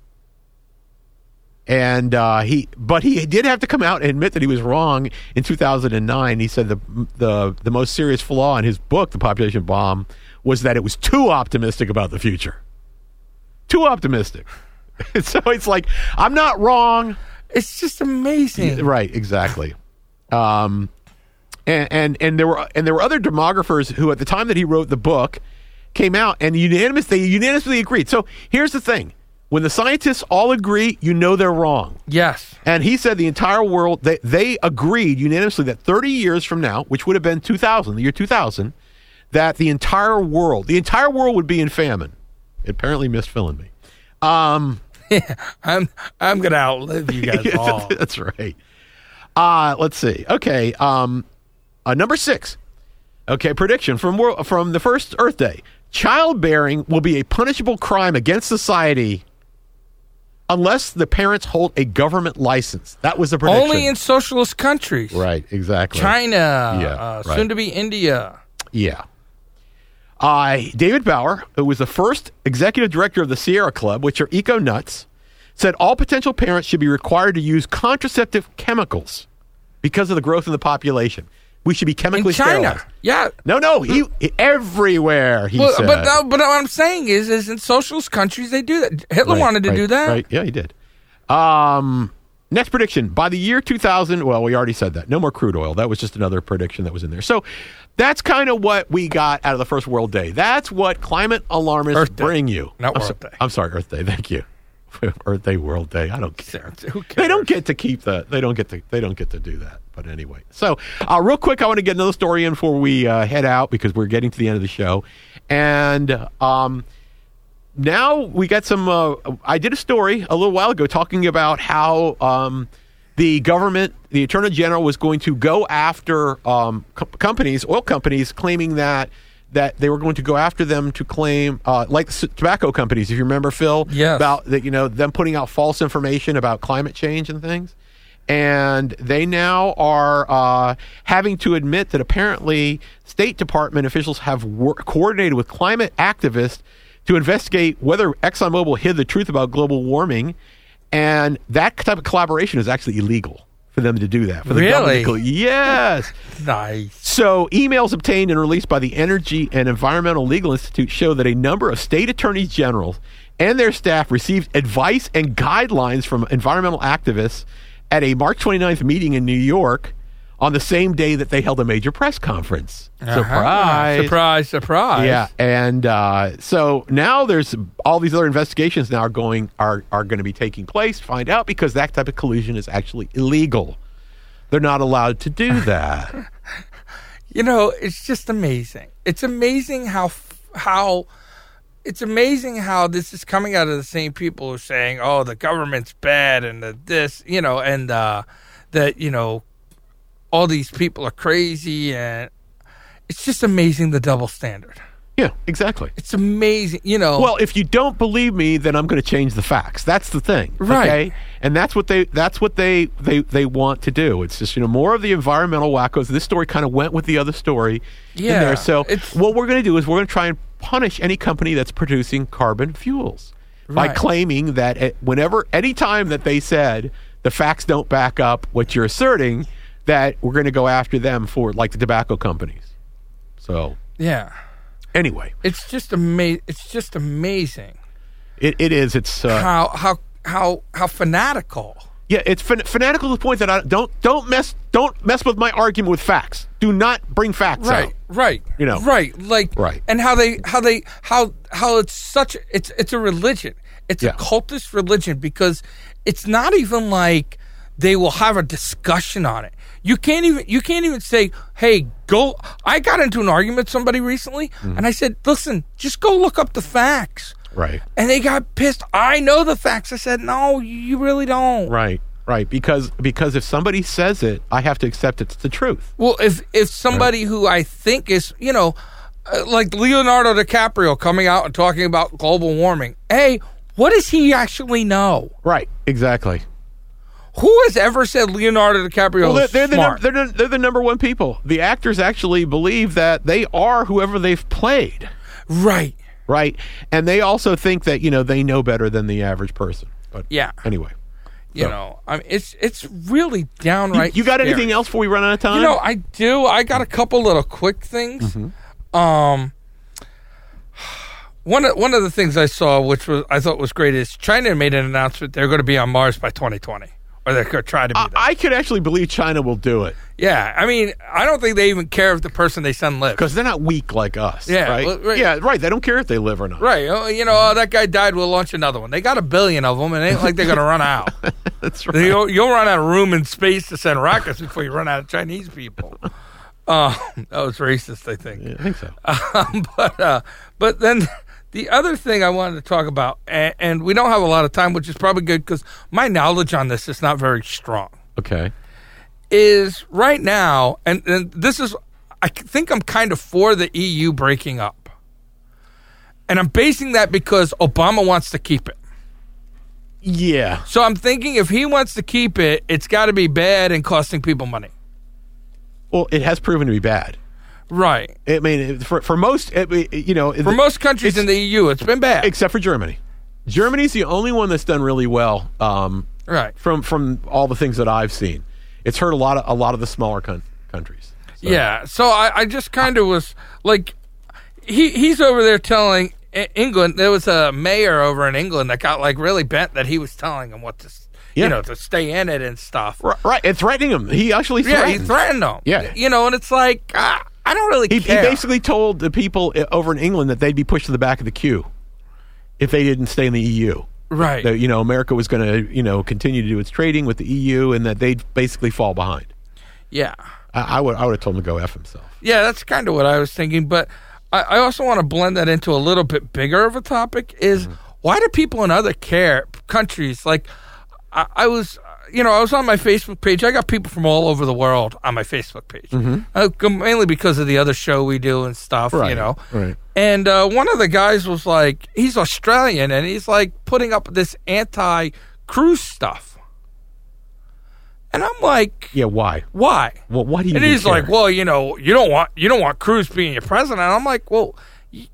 and uh, he but he did have to come out and admit that he was wrong in 2009 he said the the the most serious flaw in his book the population bomb was that it was too optimistic about the future too optimistic so it's like i'm not wrong
It's just amazing.
right exactly um and, and and there were and there were other demographers who at the time that he wrote the book came out and unanimous they unanimously agreed so here's the thing when the scientists all agree you know they're wrong
Yes.
and he said the entire world, they, they agreed unanimously that 30 years from now, which would have been 2000, the year 2000, that the entire world, the entire world would be in famine. It apparently missed filling me. Um,
I'm I'm gonna outlive you guys all.
That's right. Uh, let's see. Okay. Um, uh, number six. Okay, prediction from world, from the first Earth Day: childbearing will be a punishable crime against society unless the parents hold a government license. That was the prediction.
Only in socialist countries.
Right, exactly.
China.
Yeah,
uh,
right.
Soon to be India.
Yeah. Uh, David Bauer, who was the first executive director of the Sierra Club, which are eco nuts, said all potential parents should be required to use contraceptive chemicals because of the growth in the population. We should be
In
chemically
China.
sterilized.
Yeah.
No, no, he everywhere. He
Well,
said.
but no, but what I'm saying is, is in socialist countries they do that. Hitler
Right,
wanted to
right,
do that.
Right? Yeah, he did. Um, next prediction by the year 2000. Well, we already said that. No more crude oil. That was just another prediction that was in there. So that's kind of what we got out of the first World Day. That's what climate alarmists
Earth Day.
bring you.
Not
I'm
World Day.
I'm sorry, Earth Day. Thank you. Earth Day, World Day. I don't care.
Who
They
cares?
don't get to keep the. They don't get to. They don't get to do that. But anyway, so uh, real quick, I want to get another story in before we uh, head out because we're getting to the end of the show, and um, now we got some. Uh, I did a story a little while ago talking about how um, the government, the attorney general, was going to go after um, co- companies, oil companies, claiming that that they were going to go after them to claim, uh, like s- tobacco companies, if you remember, Phil,
Yes.
about that you know them putting out false information about climate change and things. And they now are uh, having to admit that apparently State Department officials have wor- coordinated with climate activists to investigate whether ExxonMobil hid the truth about global warming. And that type of collaboration is actually illegal. for them to do that. For the
Really?
government to go, Yes.
Nice.
So, emails obtained and released by the Energy and Environmental Legal Institute show that a number of state attorneys generals and their staff received advice and guidelines from environmental activists at a March 29th meeting in New York on the same day that they held a major press conference. Surprise.
Surprise, surprise.
Yeah, and uh, so now there's all these other investigations now are going are are going to be taking place. Find out because that type of collusion is actually illegal. They're not allowed to do that.
You know, it's just amazing. It's amazing how f- how it's amazing how this is coming out of the same people who are saying, "Oh, the government's bad," and the this, you know, and uh, that you know, all these people are crazy, and it's just amazing the double standard.
yeah, exactly.
It's amazing, you know.
Well, if you don't believe me, then I'm going to change the facts. That's the thing,
Right.
okay? And that's what they that's what they they they want to do. It's just you know more of the environmental wackos. This story kind of went with the other story in
Yeah,
there. So
it's-
what we're going to do is we're going to try and punish any company that's producing carbon fuels by
Right.
claiming that it, whenever any time that they said the facts don't back up what you're asserting, that we're going to go after them for like the tobacco companies. So
yeah,
anyway,
it's just amazing. It's just amazing
it, it is it's uh,
how how how how fanatical.
Yeah, it's fan- fanatical to the point that I don't don't mess don't mess with my argument with facts. Do not bring facts
right
out.
right
You know.
right like
Right.
and how they how they how how it's such it's it's a religion it's
Yeah.
a cultist religion because it's not even like they will have a discussion on it you can't even you can't even say hey go i got into an argument with somebody recently and i said listen just go look up the facts
Mm-hmm. Right.
and they got pissed i know the facts i said no you really don't
Right. Right. Because because if somebody says it, I have to accept it's the truth.
Well, if if somebody who I think is, you know, uh, like Leonardo DiCaprio coming out and talking about global warming. Hey, what does he actually know?
Right. Exactly.
Who has ever said Leonardo DiCaprio
Well, they're,
is
they're, the num-
smart?
they're, the- they're the number one people. The actors actually believe that they are whoever they've played.
right.
Right. And they also think that you know they know better than the average person. But
Yeah.
Anyway,
You
So.
know, I mean, it's it's really downright.
you got
scary.
anything else before we run out of time?
You know, I do. I got a couple little quick things.
Mm-hmm.
Um, one of, one of the things I saw, which was I thought was great, is China made an announcement they're going to be on Mars by 2020, or they're going to try to be.
I,
there.
I could actually believe China will do it
Yeah, I mean, I don't think they even care if the person they send lives.
because they're not weak like us.
Yeah,
right?
well, right.
Yeah. Right. They don't care if they live or not.
Right? oh, You know, oh, that guy died. We'll launch another one. They got a billion of them, and it ain't like they're gonna run out.
That's right.
They- You'll, you'll run out of room and space to send rockets before you run out of Chinese people. Uh, that was racist, I think.
I think so.
Um, but uh, but then the other thing I wanted to talk about, and, and we don't have a lot of time, which is probably good because my knowledge on this is not very strong.
Okay.
is right now, and, and this is, I think I'm kind of for the EU breaking up. And I'm basing that because Obama wants to keep it.
Yeah.
So I'm thinking if he wants to keep it, it's got to be bad and costing people money.
Well, it has proven to be bad.
Right.
I mean, it- for for most, it- it- you know,
For most countries in the EU, it's been bad.
except for Germany. Germany's the only one that's done really well um,
right.
from from all the things that I've seen. It's hurt a lot of a lot of the smaller coun countries. So-
Yeah. So I, I just kind of was like, he he's over there telling E- England. There was a mayor over in England that got like really bent that he was telling him what to, s
Yeah.
you know, to stay in it and stuff.
R- right. And threatening him, he actually
Yeah,
threatened.
he threatened them.
Yeah.
you know, and it's like uh, I don't really
He, he
care.
basically told the people uh, over in England that they'd be pushed to the back of the queue if they didn't stay in the E EU.
right,
That, you know, America was going to you know continue to do its trading with the EU, and that they'd basically fall behind.
yeah,
I, I would I would have told him to go f himself.
yeah. That's kind of what I was thinking, but I, I also want to blend that into a little bit bigger of a topic: is
Mm-hmm.
why do people in other care countries like I, I was. uh, You know, I was on my Facebook page. I got people from all over the world on my Facebook page, Uh, g- mainly because of the other show we do and stuff.
Mm-hmm. Right,
You know,
right.
And uh, one of the guys was like, he's Australian, and he's like putting up this anti-cruise stuff. And I'm like,
Yeah, why?
why?
Well, why do you?
And
even
he's
care?
like, well, you know, you don't want you don't want Cruz being your president. And I'm like, well, y-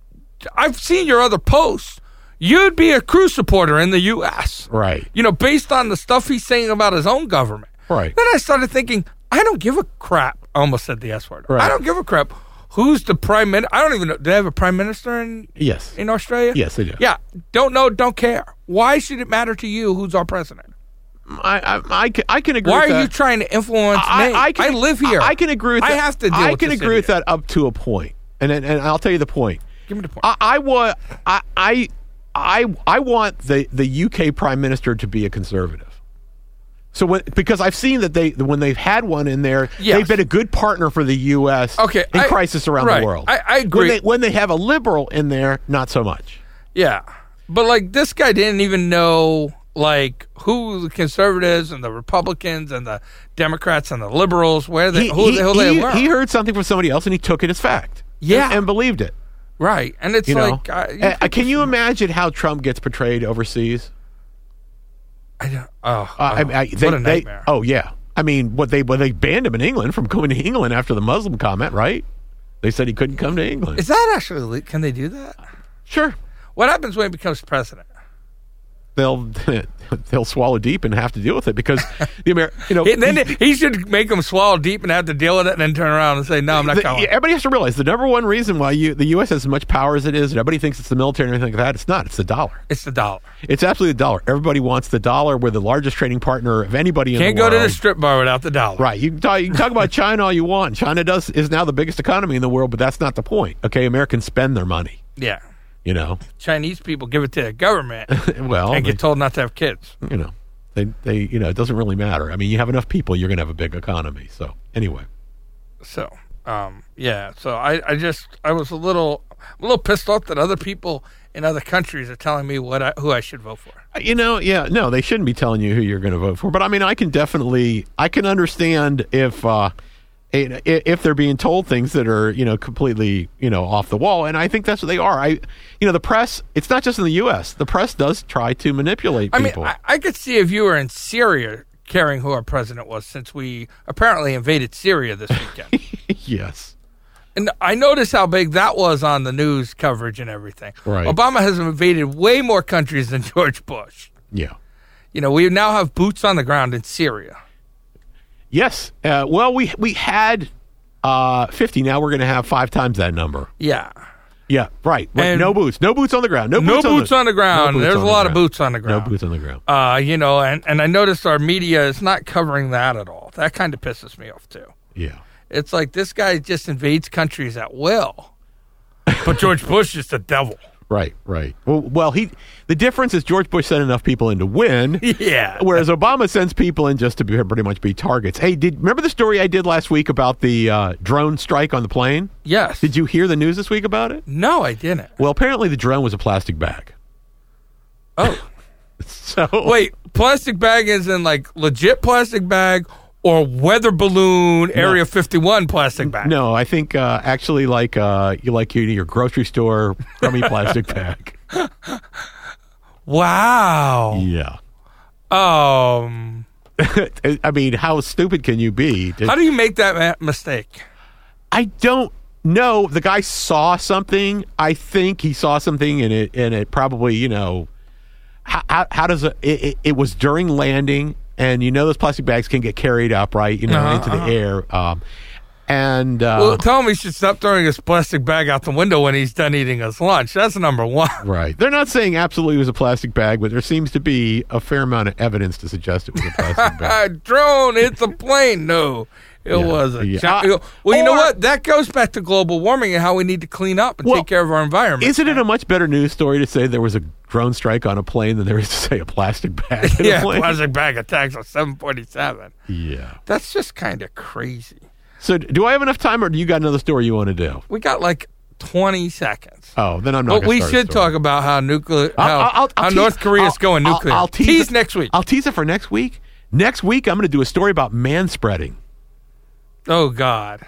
I've seen your other posts. You'd be a Cruz supporter in the U.S.
right,
You know, based on the stuff he's saying about his own government.
Right.
Then I started thinking, I don't give a crap. I almost said the S word.
Right.
I don't give a crap. Who's the prime minister? I don't even know. Do they have a prime minister in
Yes.
in Australia?
Yes, they do.
Yeah. Don't know. Don't care. Why should it matter to you who's our president?
I, I, I, can, I can agree
Why
with
are
that.
you trying to influence me?
can,
live here.
I, I can agree with
I
that.
have to deal
I
with
can
this
agree with
idiot.
that up to a point. And, and, and I'll tell you the point.
Give me the point.
I, I wa- I, I, I, I want the, the UK prime minister to be a conservative. So when, because I've seen that they when they've had one in there,
Yes.
they've been a good partner for the U.S.
Okay,
in
I-
crisis around
right.
the world.
I- I
When
agree.
they, when they have a liberal in there, not so much.
Yeah. But like this guy didn't even know like who the conservatives and the Republicans and the Democrats and the liberals where they who the hell they
he-
were.
he heard something from somebody else and he took it as fact.
Yeah.
and, and believed it.
right. And it's
You
like
know,
I,
Uh, can you imagine how Trump gets portrayed overseas?
I don't, oh,
Uh, I-
oh,
I- they-
what
they-
a nightmare.
oh yeah, I mean, what they what they banned him in England from coming to England after the Muslim comment, right? They said he couldn't come to England.
Is that actually le- can they do that?
sure,
What happens when he becomes president?
they'll they'll swallow deep and have to deal with it because the Amer- you know,
And
the-
then he should make them swallow deep and have to deal with it and then turn around and say, No, I'm not
the-
going.
everybody has to realize the number one reason why you the U.S. has as much power as it is, and everybody thinks it's the military and everything like that. It's not. It's the dollar.
It's the dollar.
It's absolutely the dollar. Everybody wants the dollar. We're the largest trading partner of anybody in
Can't
the
go
world.
to the strip bar without the dollar.
Right. You can talk, you can talk about China all you want. China does is now the biggest economy in the world, but that's not the point. Okay, Americans spend their money.
Yeah.
You know.
Chinese people give it to the government
Well,
and
they,
get told not to have kids.
you know, they they you know it doesn't really matter. I mean, you have enough people, you're going to have a big economy. So anyway,
So, um, yeah. So I, I just, I was a little, a little pissed off that other people in other countries are telling me what I, who I should vote for.
you know, yeah, no, they shouldn't be telling you who you're going to vote for. But I mean, I can definitely I can understand if. uh i- if they're being told things that are you know completely you know off the wall and i think that's what they are i you know the press it's not just in the us the press does try to manipulate
I mean,
people
I, I could see if you were in Syria caring who our president was, since we apparently invaded Syria this weekend.
yes
and I noticed how big that was on the news coverage and everything.
Right.
Obama has invaded way more countries than George Bush.
Yeah.
You know, we now have boots on the ground in Syria.
Yes. Uh, well, we we had uh, fifty. Now we're going to have five times that number.
Yeah.
Yeah. Right. Right.
And-
no boots. No boots on the ground. No
No
boots.
boots on the ground.
boots
There's
on
a
the
lot of
ground.
boots on the
No
ground.
boots on the ground.
uh, you know, and, and I noticed our media is not covering that at all. That kind of pisses me off too.
Yeah.
It's like this guy just invades countries at will, but George Bush is the devil.
Right. Right. Well, well, he. The difference is George Bush sent enough people in to win.
Yeah,
Whereas Obama sends people in just to be, pretty much be targets. Hey, did remember the story I did last week about the uh, drone strike on the plane?
yes.
Did you hear the news this week about it?
No, I didn't.
Well, apparently the drone was a plastic bag.
Oh,
So
wait, plastic bag is in like legit plastic bag or weather balloon Area 51 plastic bag.
No, I think uh, actually, like uh, you like you your grocery store crummy plastic bag.
Wow.
Yeah.
Um,
I mean, how stupid can you be? to-
how do you make that ma- mistake?
I don't know. The guy saw something. I think he saw something, and it and it probably you know how how, how does a, it, it? It was during landing, and you know those plastic bags can get carried up right, you know, into the air. Um, and uh,
Well, tell him he should stop throwing his plastic bag out the window when he's done eating his lunch. That's number one.
Right. They're not saying absolutely it was a plastic bag, but there seems to be a fair amount of evidence to suggest it was a plastic bag.
A drone hit the plane. No, it
Yeah,
wasn't.
yeah. Uh,
Chi- well, you know
Or-
what? That goes back to global warming and how we need to clean up and
Well,
take care of our environment.
Isn't it a much better news story to say there was a drone strike on a plane than there is to say a plastic bag in
yeah,
a plane?
plastic bag attacks on 747.
Yeah.
That's just kind of crazy.
So, do I have enough time, or do you got another story you want to do?
We got like 20 seconds.
Oh, then I'm not.
But
gonna
we
start a
should
story.
talk about how nuclear, how,
I'll- I'll- I'll
how
tease-
North Korea's
I'll-
going
I'll-
nuclear.
I'll tease
tease
it-
next week.
I'll tease it for next week. Next week, I'm going to do a story about man spreading.
oh God,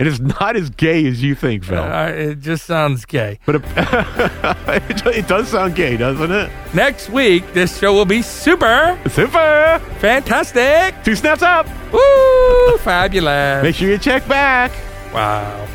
It is not as gay as you think, Phil.
Uh, it just sounds gay.
but it, it, it does sound gay, doesn't it?
Next week, this show will be super
Super.
fantastic.
Two snaps up.
Woo! Fabulous.
Make sure you check back.
Wow.